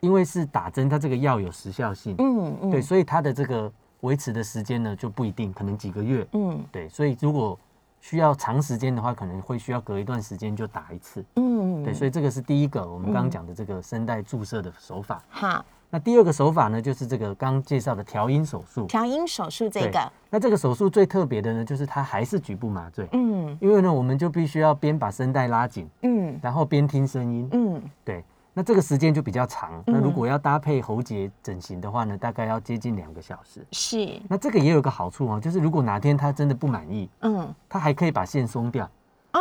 [SPEAKER 2] 因为是打针，它这个药有时效性，
[SPEAKER 1] 嗯嗯，
[SPEAKER 2] 对，所以它的这个维持的时间呢就不一定，可能几个月。
[SPEAKER 1] 嗯
[SPEAKER 2] 对，所以如果需要长时间的话，可能会需要隔一段时间就打一次。
[SPEAKER 1] 嗯，
[SPEAKER 2] 对，所以这个是第一个我们刚刚讲的这个声带注射的手法。
[SPEAKER 1] 好，
[SPEAKER 2] 那第二个手法呢，就是这个刚介绍的调音手术。
[SPEAKER 1] 调音手术这
[SPEAKER 2] 对
[SPEAKER 1] 个，
[SPEAKER 2] 那这个手术最特别的呢，就是它还是局部麻醉，
[SPEAKER 1] 嗯
[SPEAKER 2] 因为呢，我们就必须要边把声带拉紧，
[SPEAKER 1] 嗯
[SPEAKER 2] 然后边听声音。
[SPEAKER 1] 嗯，
[SPEAKER 2] 对，那这个时间就比较长。那如
[SPEAKER 1] 嗯
[SPEAKER 2] 果要搭配喉结整形的话呢，大概要接近两个小时。
[SPEAKER 1] 是，
[SPEAKER 2] 那这个也有一个好处哦，就是如果哪天他真的不满意，
[SPEAKER 1] 嗯，
[SPEAKER 2] 他还可以把线松掉啊，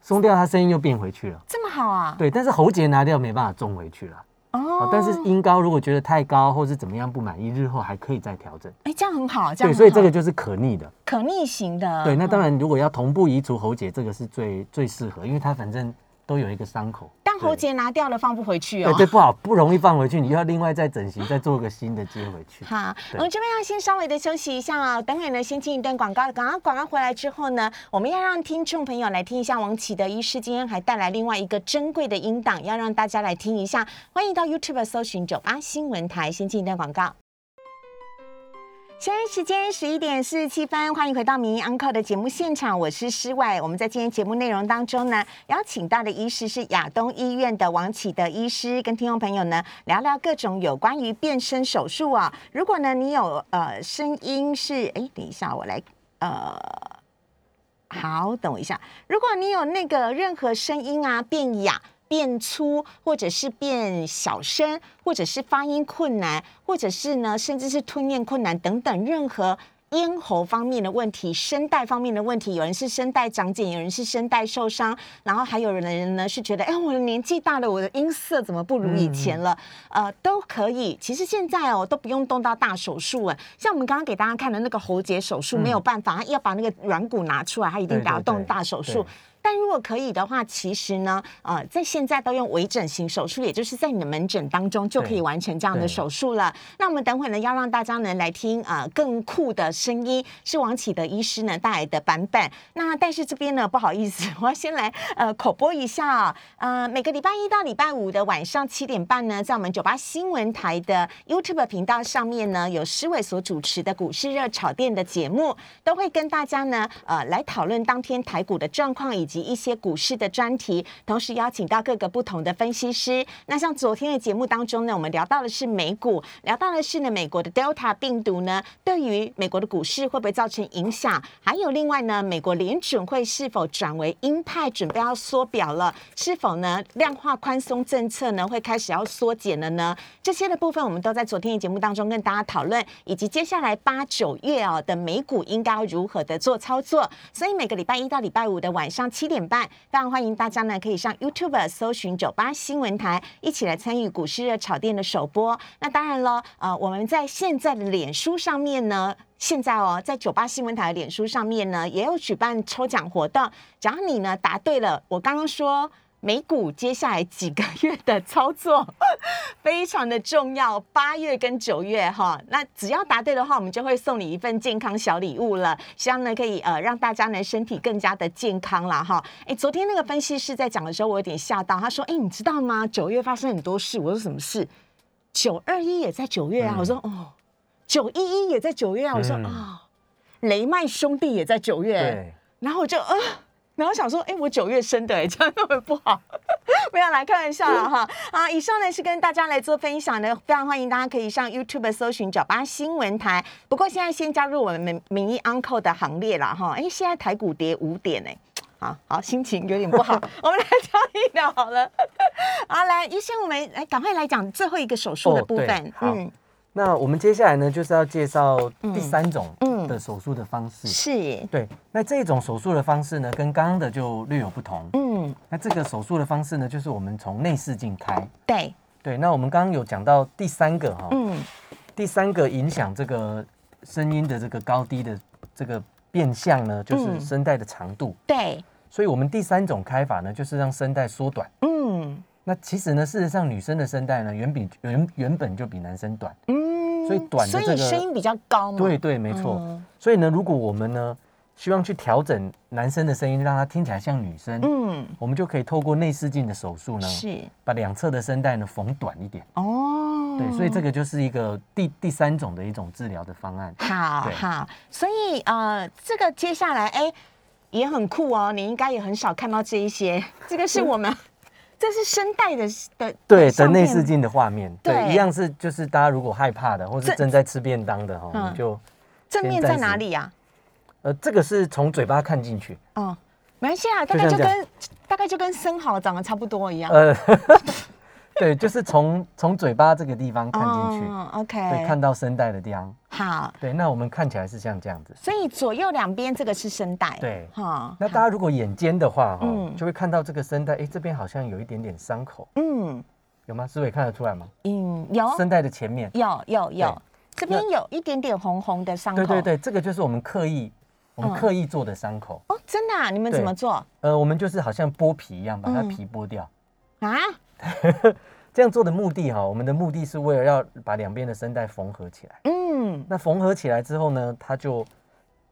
[SPEAKER 2] 松掉他声音又变回去了。
[SPEAKER 1] 这么好啊？
[SPEAKER 2] 对，但是喉结拿掉没办法种回去了。
[SPEAKER 1] 哦
[SPEAKER 2] 哦，但是音高如果觉得太高或是怎么样不满意，日后还可以再调整。
[SPEAKER 1] 哎，这样很好，这样
[SPEAKER 2] 对，
[SPEAKER 1] 很
[SPEAKER 2] 所以这
[SPEAKER 1] 好
[SPEAKER 2] 个就是可逆的。
[SPEAKER 1] 可逆型的，
[SPEAKER 2] 对，那当
[SPEAKER 1] 嗯。
[SPEAKER 2] 然如果要同步移除喉结，这个是最最适合，因为它反正都有一个伤口。
[SPEAKER 1] 但喉
[SPEAKER 2] 对
[SPEAKER 1] 结拿掉了放不回去哦
[SPEAKER 2] 对。对不好，不容易放回去，你又要另外再整形，再做个新的接回去。
[SPEAKER 1] 好，
[SPEAKER 2] 对
[SPEAKER 1] 我们这边要先稍微的休息一下哦，等会呢先进一段广告，广告广告回来之后呢，我们要让听众朋友来听一下王启德医师今天还带来另外一个珍贵的音档，要让大家来听一下，欢迎到 YouTube 搜寻九八新闻台，先进一段广告。现在时间十一点四十七分，欢迎回到《名医 Uncle》的节目现场，我是诗伟。我们在今天节目内容当中呢，邀请到的医师是亚东医院的王启德医师，跟听众朋友呢聊聊各种有关于变声手术啊、如果呢你有呃声音是，哎，等一下我来呃。好，等我一下。如果你有那个任何声音啊变哑、变粗，或者是变小声，或者是发音困难，或者是呢，甚至是吞咽困难等等，任何。咽喉方面的问题，声带方面的问题，有人是声带长茧，有人是声带受伤，然后还有人呢是觉得，哎，我的年纪大了，我的音色怎么不如以前了？呃，都可以。其实现在哦，都不用动到大手术哎，像我们刚刚给大家看的那个喉结手术，没有办法，要把那个软骨拿出来，它一定
[SPEAKER 2] 嗯对
[SPEAKER 1] 得要
[SPEAKER 2] 对
[SPEAKER 1] 动
[SPEAKER 2] 对
[SPEAKER 1] 大手术
[SPEAKER 2] 对。
[SPEAKER 1] 但如果可以的话，其实呢，呃，在现在都用微整形手术，也就是在你的门诊当中就可以
[SPEAKER 2] 对
[SPEAKER 1] 完成这样的
[SPEAKER 2] 对
[SPEAKER 1] 手术了。那我们等会呢，要让大家呢来听呃更酷的声音，是王启德医师呢带来的版本。那但是这边呢，不好意思， (laughs) 我要先来呃口播一下啊、呃，每个礼拜一到礼拜五的晚上七点半呢，在我们九八新闻台的 YouTube 频道上面呢，有施伟所主持的股市热炒店的节目，都会跟大家呢呃来讨论当天台股的状况以及一些股市的专题，同时邀请到各个不同的分析师。那像昨天的节目当中呢，我们聊到的是美股，聊到的是呢美国的 Delta 病毒呢对于美国的股市会不会造成影响，还有另外呢美国联准会是否转为鹰派，准备要缩表了，是否呢量化宽松政策呢会开始要缩减了呢？这些的部分我们都在昨天的节目当中跟大家讨论，以及接下来八九月啊的美股应该要如何的做操作。所以每个礼拜一到礼拜五的晚上七点半，非常欢迎大家呢可以上 YouTube 搜寻九八新闻台，一起来参与股市热炒店的首播。那当然了，呃，我们在现在的脸书上面呢。现在哦，在九八新闻台的脸书上面呢，也有举办抽奖活动。只要你呢答对了，我刚刚说美股接下来几个月的操作， (laughs) 非常的重要，八月跟九月哈，那只要答对的话，我们就会送你一份健康小礼物了，希望呢可以呃让大家呢身体更加的健康啦哈。哎，昨天那个分析师在讲的时候，我有点吓到，他说：“哎，你知道吗？九月发生很多事。”我说：“什么事？”九二一也在九月啊。
[SPEAKER 2] 嗯
[SPEAKER 1] 我说：“哦，九一一也在九月啊。”我说：“啊、
[SPEAKER 2] 嗯
[SPEAKER 1] 雷曼兄弟也在九月。”
[SPEAKER 2] 对，
[SPEAKER 1] 然后我就啊、然后想说，哎，我九月生的，哎， (laughs) 这样会不会不好？没有啦，开玩笑了哈。啊，以上呢是跟大家来做分享的，非常欢迎大家可以上 YouTube 搜寻“九八新闻台”。不过现在先加入我们民民意 Uncle 的行列啦哈。哎，现在台股跌五点哎、好好，心情有点不
[SPEAKER 2] (laughs)
[SPEAKER 1] 好，我们来聊一聊好了。好，来，医生，我们来赶快来讲最后一个手术的
[SPEAKER 2] 哦
[SPEAKER 1] 部
[SPEAKER 2] 对
[SPEAKER 1] 分。嗯
[SPEAKER 2] 好那我们接下来呢，就是要介绍第三种
[SPEAKER 1] 嗯嗯
[SPEAKER 2] 的手术的方式。
[SPEAKER 1] 是，
[SPEAKER 2] 对，那这种手术的方式呢，跟刚刚的就略有不同。
[SPEAKER 1] 嗯，
[SPEAKER 2] 那这个手术的方式呢，就是我们从内视镜开。
[SPEAKER 1] 对，
[SPEAKER 2] 对，那我们刚刚有讲到第三个哈、
[SPEAKER 1] 嗯，
[SPEAKER 2] 第三个影响这个声音的这个高低的这个变相呢，就是
[SPEAKER 1] 嗯
[SPEAKER 2] 声带的长度。
[SPEAKER 1] 对，
[SPEAKER 2] 所以我们第三种开法呢，就是让声带缩短。
[SPEAKER 1] 嗯，
[SPEAKER 2] 那其实呢，事实上女生的声带呢，远比原原本就比男生短。
[SPEAKER 1] 嗯，
[SPEAKER 2] 所以短的
[SPEAKER 1] 所以
[SPEAKER 2] 这个
[SPEAKER 1] 声音比较高嘛。
[SPEAKER 2] 对对，没错。
[SPEAKER 1] 嗯
[SPEAKER 2] 所以呢，如果我们呢希望去调整男生的声音，让他听起来像女生，
[SPEAKER 1] 嗯，
[SPEAKER 2] 我们就可以透过内视镜的手术呢，
[SPEAKER 1] 是
[SPEAKER 2] 把两侧的声带呢缝短一点。
[SPEAKER 1] 哦，
[SPEAKER 2] 对，所以这个就是一个第第三种的一种治疗的方案。
[SPEAKER 1] 好
[SPEAKER 2] 对
[SPEAKER 1] 好，所以呃，这个接
[SPEAKER 2] (laughs)
[SPEAKER 1] 下来哎也很酷哦，你应该也很少看到这一些，这个是我们这是声带的的
[SPEAKER 2] 对的
[SPEAKER 1] 相
[SPEAKER 2] 内
[SPEAKER 1] 片
[SPEAKER 2] 视镜的画面，
[SPEAKER 1] 对
[SPEAKER 2] 一样是就是大家如果害怕的，或是
[SPEAKER 1] 这
[SPEAKER 2] 正在吃便当的哈，
[SPEAKER 1] 嗯
[SPEAKER 2] 你就
[SPEAKER 1] 正面在哪里呀、
[SPEAKER 2] 呃这个是从嘴巴看进去，
[SPEAKER 1] 哦，没关系啊，大概
[SPEAKER 2] 就
[SPEAKER 1] 就
[SPEAKER 2] 像这样
[SPEAKER 1] 跟大概就跟生蚝长得差不多一样。
[SPEAKER 2] 呃， (laughs) 对，就是从从嘴巴这个地方看进去，
[SPEAKER 1] 哦
[SPEAKER 2] 对，
[SPEAKER 1] ，OK，
[SPEAKER 2] 看到声带的地方，
[SPEAKER 1] 好，
[SPEAKER 2] 对，那我们看起来是像这样子。
[SPEAKER 1] 所以左右两边这个是声带，
[SPEAKER 2] 对
[SPEAKER 1] 哈
[SPEAKER 2] 那大家如果眼尖的话，哈、
[SPEAKER 1] 嗯
[SPEAKER 2] 就会看到这个声带，哎，这边好像有一点点伤口，
[SPEAKER 1] 嗯
[SPEAKER 2] 有吗？思伟看得出来吗？
[SPEAKER 1] 嗯，有
[SPEAKER 2] 声带的前面，
[SPEAKER 1] 有有有，这边
[SPEAKER 2] 那
[SPEAKER 1] 有一点点红红的伤口，
[SPEAKER 2] 对对，对，这个就是我们刻意我们
[SPEAKER 1] 嗯
[SPEAKER 2] 刻意做的伤口，
[SPEAKER 1] 哦，真的、啊，你们
[SPEAKER 2] 对
[SPEAKER 1] 怎么做
[SPEAKER 2] 呃，我们就是好像剥皮一样，把它
[SPEAKER 1] 嗯
[SPEAKER 2] 皮剥掉。
[SPEAKER 1] 啊？
[SPEAKER 2] 这样做的目的哈，我们的目的是为了要把两边的声带缝合起来。
[SPEAKER 1] 嗯，
[SPEAKER 2] 那缝合起来之后呢，它就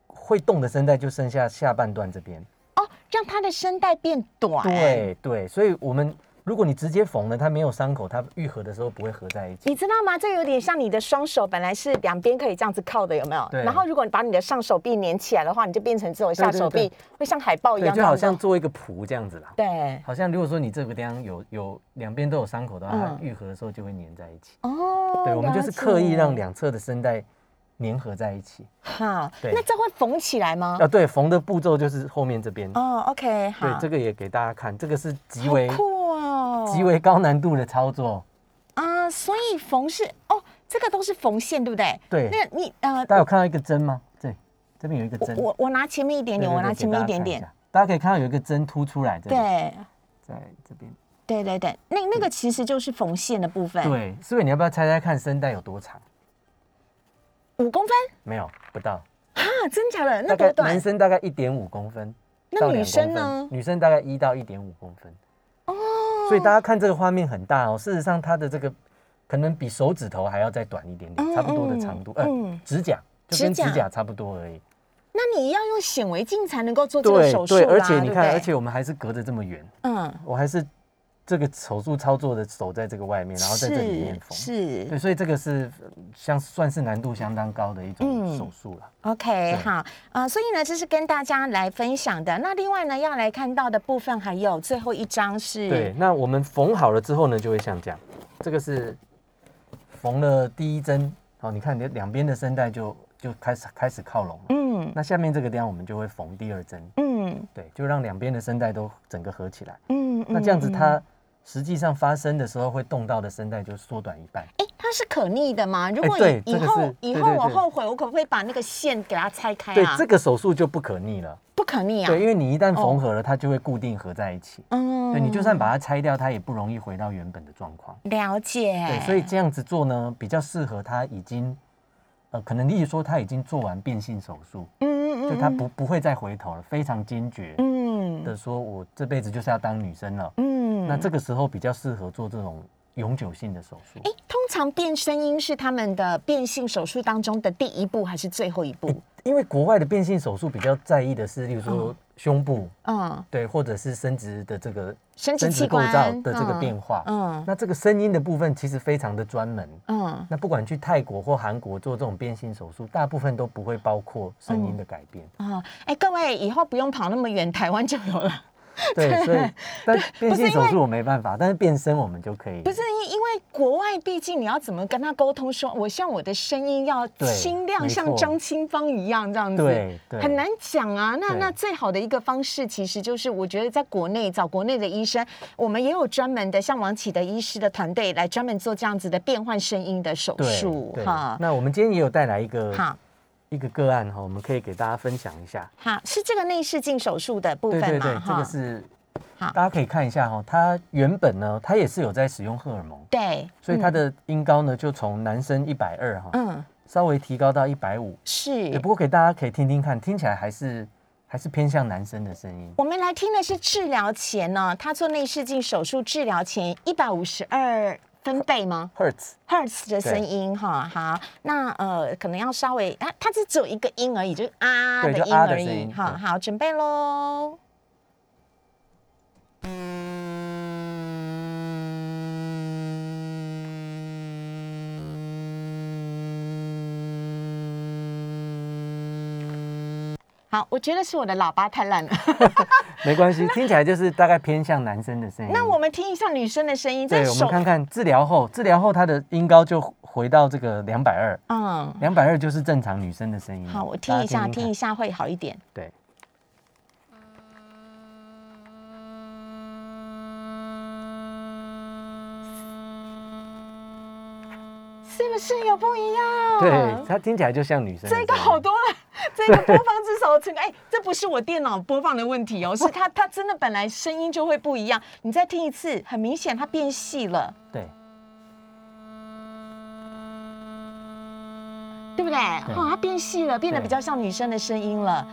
[SPEAKER 2] 会动的声带就剩下下半段这边。
[SPEAKER 1] 哦，让它的声带变短，，
[SPEAKER 2] 对对，所以我们如果你直接缝了，它没有伤口，它愈合的时候不会合在一起。
[SPEAKER 1] 你知道吗？这有点像你的双手本来是两边可以这样子靠的，有没有？
[SPEAKER 2] 对
[SPEAKER 1] 然后如果你把你的上手臂粘起来的话，你就变成只有下
[SPEAKER 2] 对对
[SPEAKER 1] 手臂
[SPEAKER 2] 对
[SPEAKER 1] 会像海豹一
[SPEAKER 2] 对，
[SPEAKER 1] 样这
[SPEAKER 2] 就
[SPEAKER 1] 样
[SPEAKER 2] 好
[SPEAKER 1] 子，
[SPEAKER 2] 像做一个蹼这样子啦。
[SPEAKER 1] 对
[SPEAKER 2] 好像如果说你这个地方有有两边都有伤口的话，
[SPEAKER 1] 嗯
[SPEAKER 2] 它愈合的时候就会粘在一起。
[SPEAKER 1] 哦。
[SPEAKER 2] 对，我们就是
[SPEAKER 1] 了解
[SPEAKER 2] 刻意让两侧的声带粘合在一起。
[SPEAKER 1] 好。
[SPEAKER 2] 对
[SPEAKER 1] 那这会缝起来吗？
[SPEAKER 2] 啊，对，缝的步骤就是后面这边。
[SPEAKER 1] 哦，OK，好，
[SPEAKER 2] 对，这个也给大家看，这个是极
[SPEAKER 1] 好
[SPEAKER 2] 为
[SPEAKER 1] 酷哦，
[SPEAKER 2] 极为高难度的操作。
[SPEAKER 1] 啊、所以缝是哦，这个都是缝线，对不对？
[SPEAKER 2] 对
[SPEAKER 1] 那你呃，
[SPEAKER 2] 大家有看到一个针吗？对，这边有一个
[SPEAKER 1] 我
[SPEAKER 2] 针。
[SPEAKER 1] 我我拿前面一点
[SPEAKER 2] 对
[SPEAKER 1] 点，
[SPEAKER 2] 对
[SPEAKER 1] 我拿
[SPEAKER 2] 对
[SPEAKER 1] 前
[SPEAKER 2] 给
[SPEAKER 1] 面一
[SPEAKER 2] 大家
[SPEAKER 1] 点
[SPEAKER 2] 看
[SPEAKER 1] 点
[SPEAKER 2] 下，大家可以看到有一个针突出来，这里
[SPEAKER 1] 对
[SPEAKER 2] 在这边。
[SPEAKER 1] 对对对，那那个其实就是缝线的部分，，
[SPEAKER 2] 对，思伟，你要不要猜猜看声带有多长？
[SPEAKER 1] 五公分
[SPEAKER 2] 没有，不到，
[SPEAKER 1] 啊，真假的？那
[SPEAKER 2] 大
[SPEAKER 1] 多
[SPEAKER 2] 概
[SPEAKER 1] 短
[SPEAKER 2] 男？生大概一点五公分，
[SPEAKER 1] 那
[SPEAKER 2] 到
[SPEAKER 1] 女
[SPEAKER 2] 2
[SPEAKER 1] 生
[SPEAKER 2] 公分
[SPEAKER 1] 呢
[SPEAKER 2] 女生大概一到一点五公分。哦，所以大家看这个画面很大哦，事实上它的这个可能比手指头还要再短一点点，
[SPEAKER 1] 嗯
[SPEAKER 2] 差不多的
[SPEAKER 1] 嗯
[SPEAKER 2] 长度，
[SPEAKER 1] 嗯
[SPEAKER 2] 呃，指甲就跟
[SPEAKER 1] 指甲
[SPEAKER 2] 指甲差不多而已。
[SPEAKER 1] 那你要用显微镜才能够做这个
[SPEAKER 2] 对
[SPEAKER 1] 手术
[SPEAKER 2] 对，
[SPEAKER 1] 啦，
[SPEAKER 2] 而且你
[SPEAKER 1] 对不
[SPEAKER 2] 看，
[SPEAKER 1] 对
[SPEAKER 2] 而且我们还是隔着这么远，
[SPEAKER 1] 嗯，
[SPEAKER 2] 我还是这个手术操作的手在这个外面，然后在这里面缝。
[SPEAKER 1] 是
[SPEAKER 2] 对，
[SPEAKER 1] 是
[SPEAKER 2] 所以这个是呃相算是难度相当高的一
[SPEAKER 1] 嗯
[SPEAKER 2] 种手术了。
[SPEAKER 1] ，OK，
[SPEAKER 2] 对
[SPEAKER 1] 好啊、所以呢，这是跟大家来分享的。那另外呢，要来看到的部分还有最后一张是，
[SPEAKER 2] 对，，那我们缝好了之后呢，就会像这样，这个是缝了第一针，好，你看两两边的声带就就开始开始靠拢了。
[SPEAKER 1] 嗯
[SPEAKER 2] 那下面这个地方我们就会缝第二针，
[SPEAKER 1] 嗯
[SPEAKER 2] 对，就让两边的声带都整个合起来。
[SPEAKER 1] 嗯，
[SPEAKER 2] 那这样子
[SPEAKER 1] 嗯
[SPEAKER 2] 它实际上发生的时候会动到的声带就缩短一半。
[SPEAKER 1] 哎，它是可逆的吗？如果以、
[SPEAKER 2] 哎对
[SPEAKER 1] 以
[SPEAKER 2] 这个
[SPEAKER 1] 后
[SPEAKER 2] 是
[SPEAKER 1] 以
[SPEAKER 2] 对
[SPEAKER 1] 后
[SPEAKER 2] 对
[SPEAKER 1] 我
[SPEAKER 2] 对
[SPEAKER 1] 后悔，我可不可以把那个线给它拆开
[SPEAKER 2] 对
[SPEAKER 1] 啊？，
[SPEAKER 2] 这个手术就不可逆了。
[SPEAKER 1] 不可逆啊。
[SPEAKER 2] 对，因为你一旦
[SPEAKER 1] 哦
[SPEAKER 2] 缝合了，它就会固定合在一起。
[SPEAKER 1] 嗯
[SPEAKER 2] 对你就算把它拆掉，它也不容易回到原本的状况。
[SPEAKER 1] 了解，
[SPEAKER 2] 对，所以这样子做呢，比较适合他已经，呃，可能例如说他已经做完变性手术，
[SPEAKER 1] 嗯
[SPEAKER 2] 就他不不会再回头了，非常坚决
[SPEAKER 1] 嗯
[SPEAKER 2] 的说，我这辈子就是要当女生了。
[SPEAKER 1] 嗯
[SPEAKER 2] 那这个时候比较适合做这种永久性的手术。
[SPEAKER 1] 哎，通常变声音是他们的变性手术当中的第一步还是最后一步？
[SPEAKER 2] 因为国外的变性手术比较在意的是，例如说
[SPEAKER 1] 哦
[SPEAKER 2] 胸部，
[SPEAKER 1] 嗯
[SPEAKER 2] 对，或者是生殖的这个
[SPEAKER 1] 生殖器
[SPEAKER 2] 构造
[SPEAKER 1] 官
[SPEAKER 2] 的这个
[SPEAKER 1] 嗯
[SPEAKER 2] 变化。
[SPEAKER 1] 嗯
[SPEAKER 2] 那这个声音的部分其实非常的专门。
[SPEAKER 1] 嗯，
[SPEAKER 2] 那不管去泰国或韩国做这种变性手术，大部分都不会包括声音的改
[SPEAKER 1] (laughs)
[SPEAKER 2] 变。
[SPEAKER 1] 哦，哎，各位以后不用跑那么远，台湾就有了。(laughs)
[SPEAKER 2] 对，所以但变性手术我没办法，但是变声我们就可以。
[SPEAKER 1] 不是因因为国外，毕竟你要怎么跟他沟通说，我希望我的声音要
[SPEAKER 2] 对
[SPEAKER 1] 清亮，
[SPEAKER 2] 没
[SPEAKER 1] 像
[SPEAKER 2] 错
[SPEAKER 1] 张清芳一样这样子，
[SPEAKER 2] 对对
[SPEAKER 1] 很难讲啊。那
[SPEAKER 2] 对
[SPEAKER 1] 那最好的一个方式，其实就是我觉得在国内找国内的医生，我们也有专门的像王启的医师的团队来专门做这样子的变换声音的手
[SPEAKER 2] 对
[SPEAKER 1] 术
[SPEAKER 2] 对。那我们今天也有带来一个
[SPEAKER 1] 好
[SPEAKER 2] 一个个案哈，我们可以给大家分享一下。
[SPEAKER 1] 好，是这个内视镜手术的部
[SPEAKER 2] 对
[SPEAKER 1] 分
[SPEAKER 2] 对
[SPEAKER 1] 嘛？
[SPEAKER 2] 对，这个是
[SPEAKER 1] 好
[SPEAKER 2] 大家可以看一下哈，它原本呢，它也是有在使用荷尔蒙，
[SPEAKER 1] 对，
[SPEAKER 2] 所以它的音高呢就从男生一百二哈，
[SPEAKER 1] 嗯
[SPEAKER 2] 稍微提高到一百五。也
[SPEAKER 1] 是
[SPEAKER 2] 欸不。过给大家可以听听看，听起来还是还是偏向男生的声音。
[SPEAKER 1] 我们来听的是治疗前呢，他做内视镜手术治疗前一百五十二分贝吗？
[SPEAKER 2] Hertz，
[SPEAKER 1] Hertz 的声音哈，好，那呃，可能要稍微，它它这只有一个音而已，就是啊
[SPEAKER 2] 对
[SPEAKER 1] 的
[SPEAKER 2] 就
[SPEAKER 1] 音
[SPEAKER 2] 啊
[SPEAKER 1] 而
[SPEAKER 2] 的声
[SPEAKER 1] 已，
[SPEAKER 2] 音
[SPEAKER 1] 好
[SPEAKER 2] 对
[SPEAKER 1] 好，准备喽。好，我觉得是我的喇叭太烂了。
[SPEAKER 2] 没关系，听起来就是大概偏向男生的声音。
[SPEAKER 1] 那我们听一下女生的声音，这
[SPEAKER 2] 对，我们
[SPEAKER 1] 手，
[SPEAKER 2] 看看治疗后，治疗后她的音高就回到这个两百二，
[SPEAKER 1] 嗯，
[SPEAKER 2] 两百二就是正常女生的声音。
[SPEAKER 1] 好，我听
[SPEAKER 2] 大
[SPEAKER 1] 一
[SPEAKER 2] 家
[SPEAKER 1] 下，听一
[SPEAKER 2] 看。
[SPEAKER 1] 下会好一点。
[SPEAKER 2] 对，
[SPEAKER 1] 是不是有不一样？
[SPEAKER 2] 对，她听起来就像女生的
[SPEAKER 1] 哦
[SPEAKER 2] 声
[SPEAKER 1] 这
[SPEAKER 2] 音。
[SPEAKER 1] 个好多
[SPEAKER 2] (laughs)
[SPEAKER 1] 了，这个播放这首，这个哎，这不是我电脑播放的问题哦，是它它真的本来声音就会不一样，你再听一次，很明显它变细了，
[SPEAKER 2] 对，
[SPEAKER 1] 对不对？
[SPEAKER 2] 对
[SPEAKER 1] 哦，它变细了，变得
[SPEAKER 2] 对
[SPEAKER 1] 比较像女生的声音了。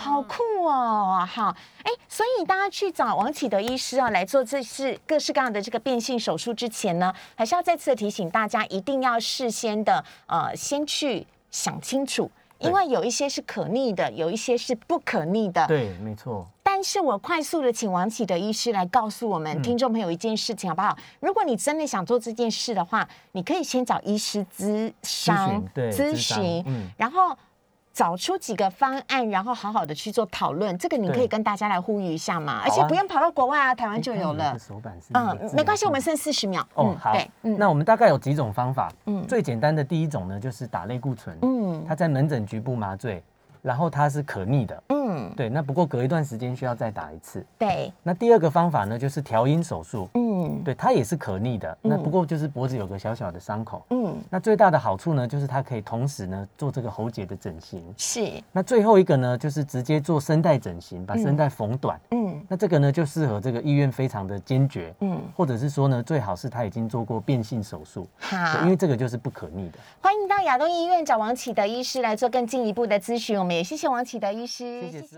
[SPEAKER 1] 好酷哦！好，哎，所以大家去找王启德医师啊来做这次各式各样的这个变性手术之前呢，还是要再次地提醒大家，一定要事先的呃先去想清楚，因
[SPEAKER 2] 对
[SPEAKER 1] 为有一些是可逆的，有一些是不可逆的。
[SPEAKER 2] 对，没错。
[SPEAKER 1] 但是我快速的请王启德医师来告诉我们、
[SPEAKER 2] 嗯
[SPEAKER 1] 听众朋友一件事情，好不好？如果你真的想做这件事的话，你可以先找医师咨商
[SPEAKER 2] 询对咨商嗯
[SPEAKER 1] 然后找出几个方案，然后好好的去做讨论。这个你
[SPEAKER 2] 对
[SPEAKER 1] 可以跟大家来呼吁一下嘛，而
[SPEAKER 2] 好啊
[SPEAKER 1] 且不用跑到国外啊，台湾就
[SPEAKER 2] 诶
[SPEAKER 1] 有
[SPEAKER 2] 看你
[SPEAKER 1] 了
[SPEAKER 2] 的。手板是那个
[SPEAKER 1] 嗯
[SPEAKER 2] 治，疗
[SPEAKER 1] 没关系，
[SPEAKER 2] 方
[SPEAKER 1] 我们剩四十秒。
[SPEAKER 2] 哦，好
[SPEAKER 1] 对，，嗯
[SPEAKER 2] 那我们大概有几种方法。
[SPEAKER 1] 嗯
[SPEAKER 2] 嗯，最简单的第一种呢，就是打类固醇。
[SPEAKER 1] 嗯
[SPEAKER 2] 它在门诊局部麻醉，然后它是可逆的。
[SPEAKER 1] 嗯，
[SPEAKER 2] 对，那不过隔一段时间需要再打一次。
[SPEAKER 1] 对，
[SPEAKER 2] 那第二个方法呢，就是调音手术。
[SPEAKER 1] 嗯
[SPEAKER 2] 对，它也是可逆的。那不过就是脖子有个小小的伤口。
[SPEAKER 1] 嗯，
[SPEAKER 2] 那最大的好处呢，就是它可以同时呢做这个喉结的整形。
[SPEAKER 1] 是，
[SPEAKER 2] 那最后一个呢，就是直接做声带整形，把声带缝短。
[SPEAKER 1] 嗯
[SPEAKER 2] 那这个呢，就适合这个意愿非常的坚决，
[SPEAKER 1] 嗯，
[SPEAKER 2] 或者是说呢，最好是他已经做过变性手术，
[SPEAKER 1] 好
[SPEAKER 2] 对因。为这个就是不可逆的。
[SPEAKER 1] 欢迎到亚东医院找王启德医师来做更进一步的咨询。我们也谢谢王启德医师，
[SPEAKER 2] 谢谢。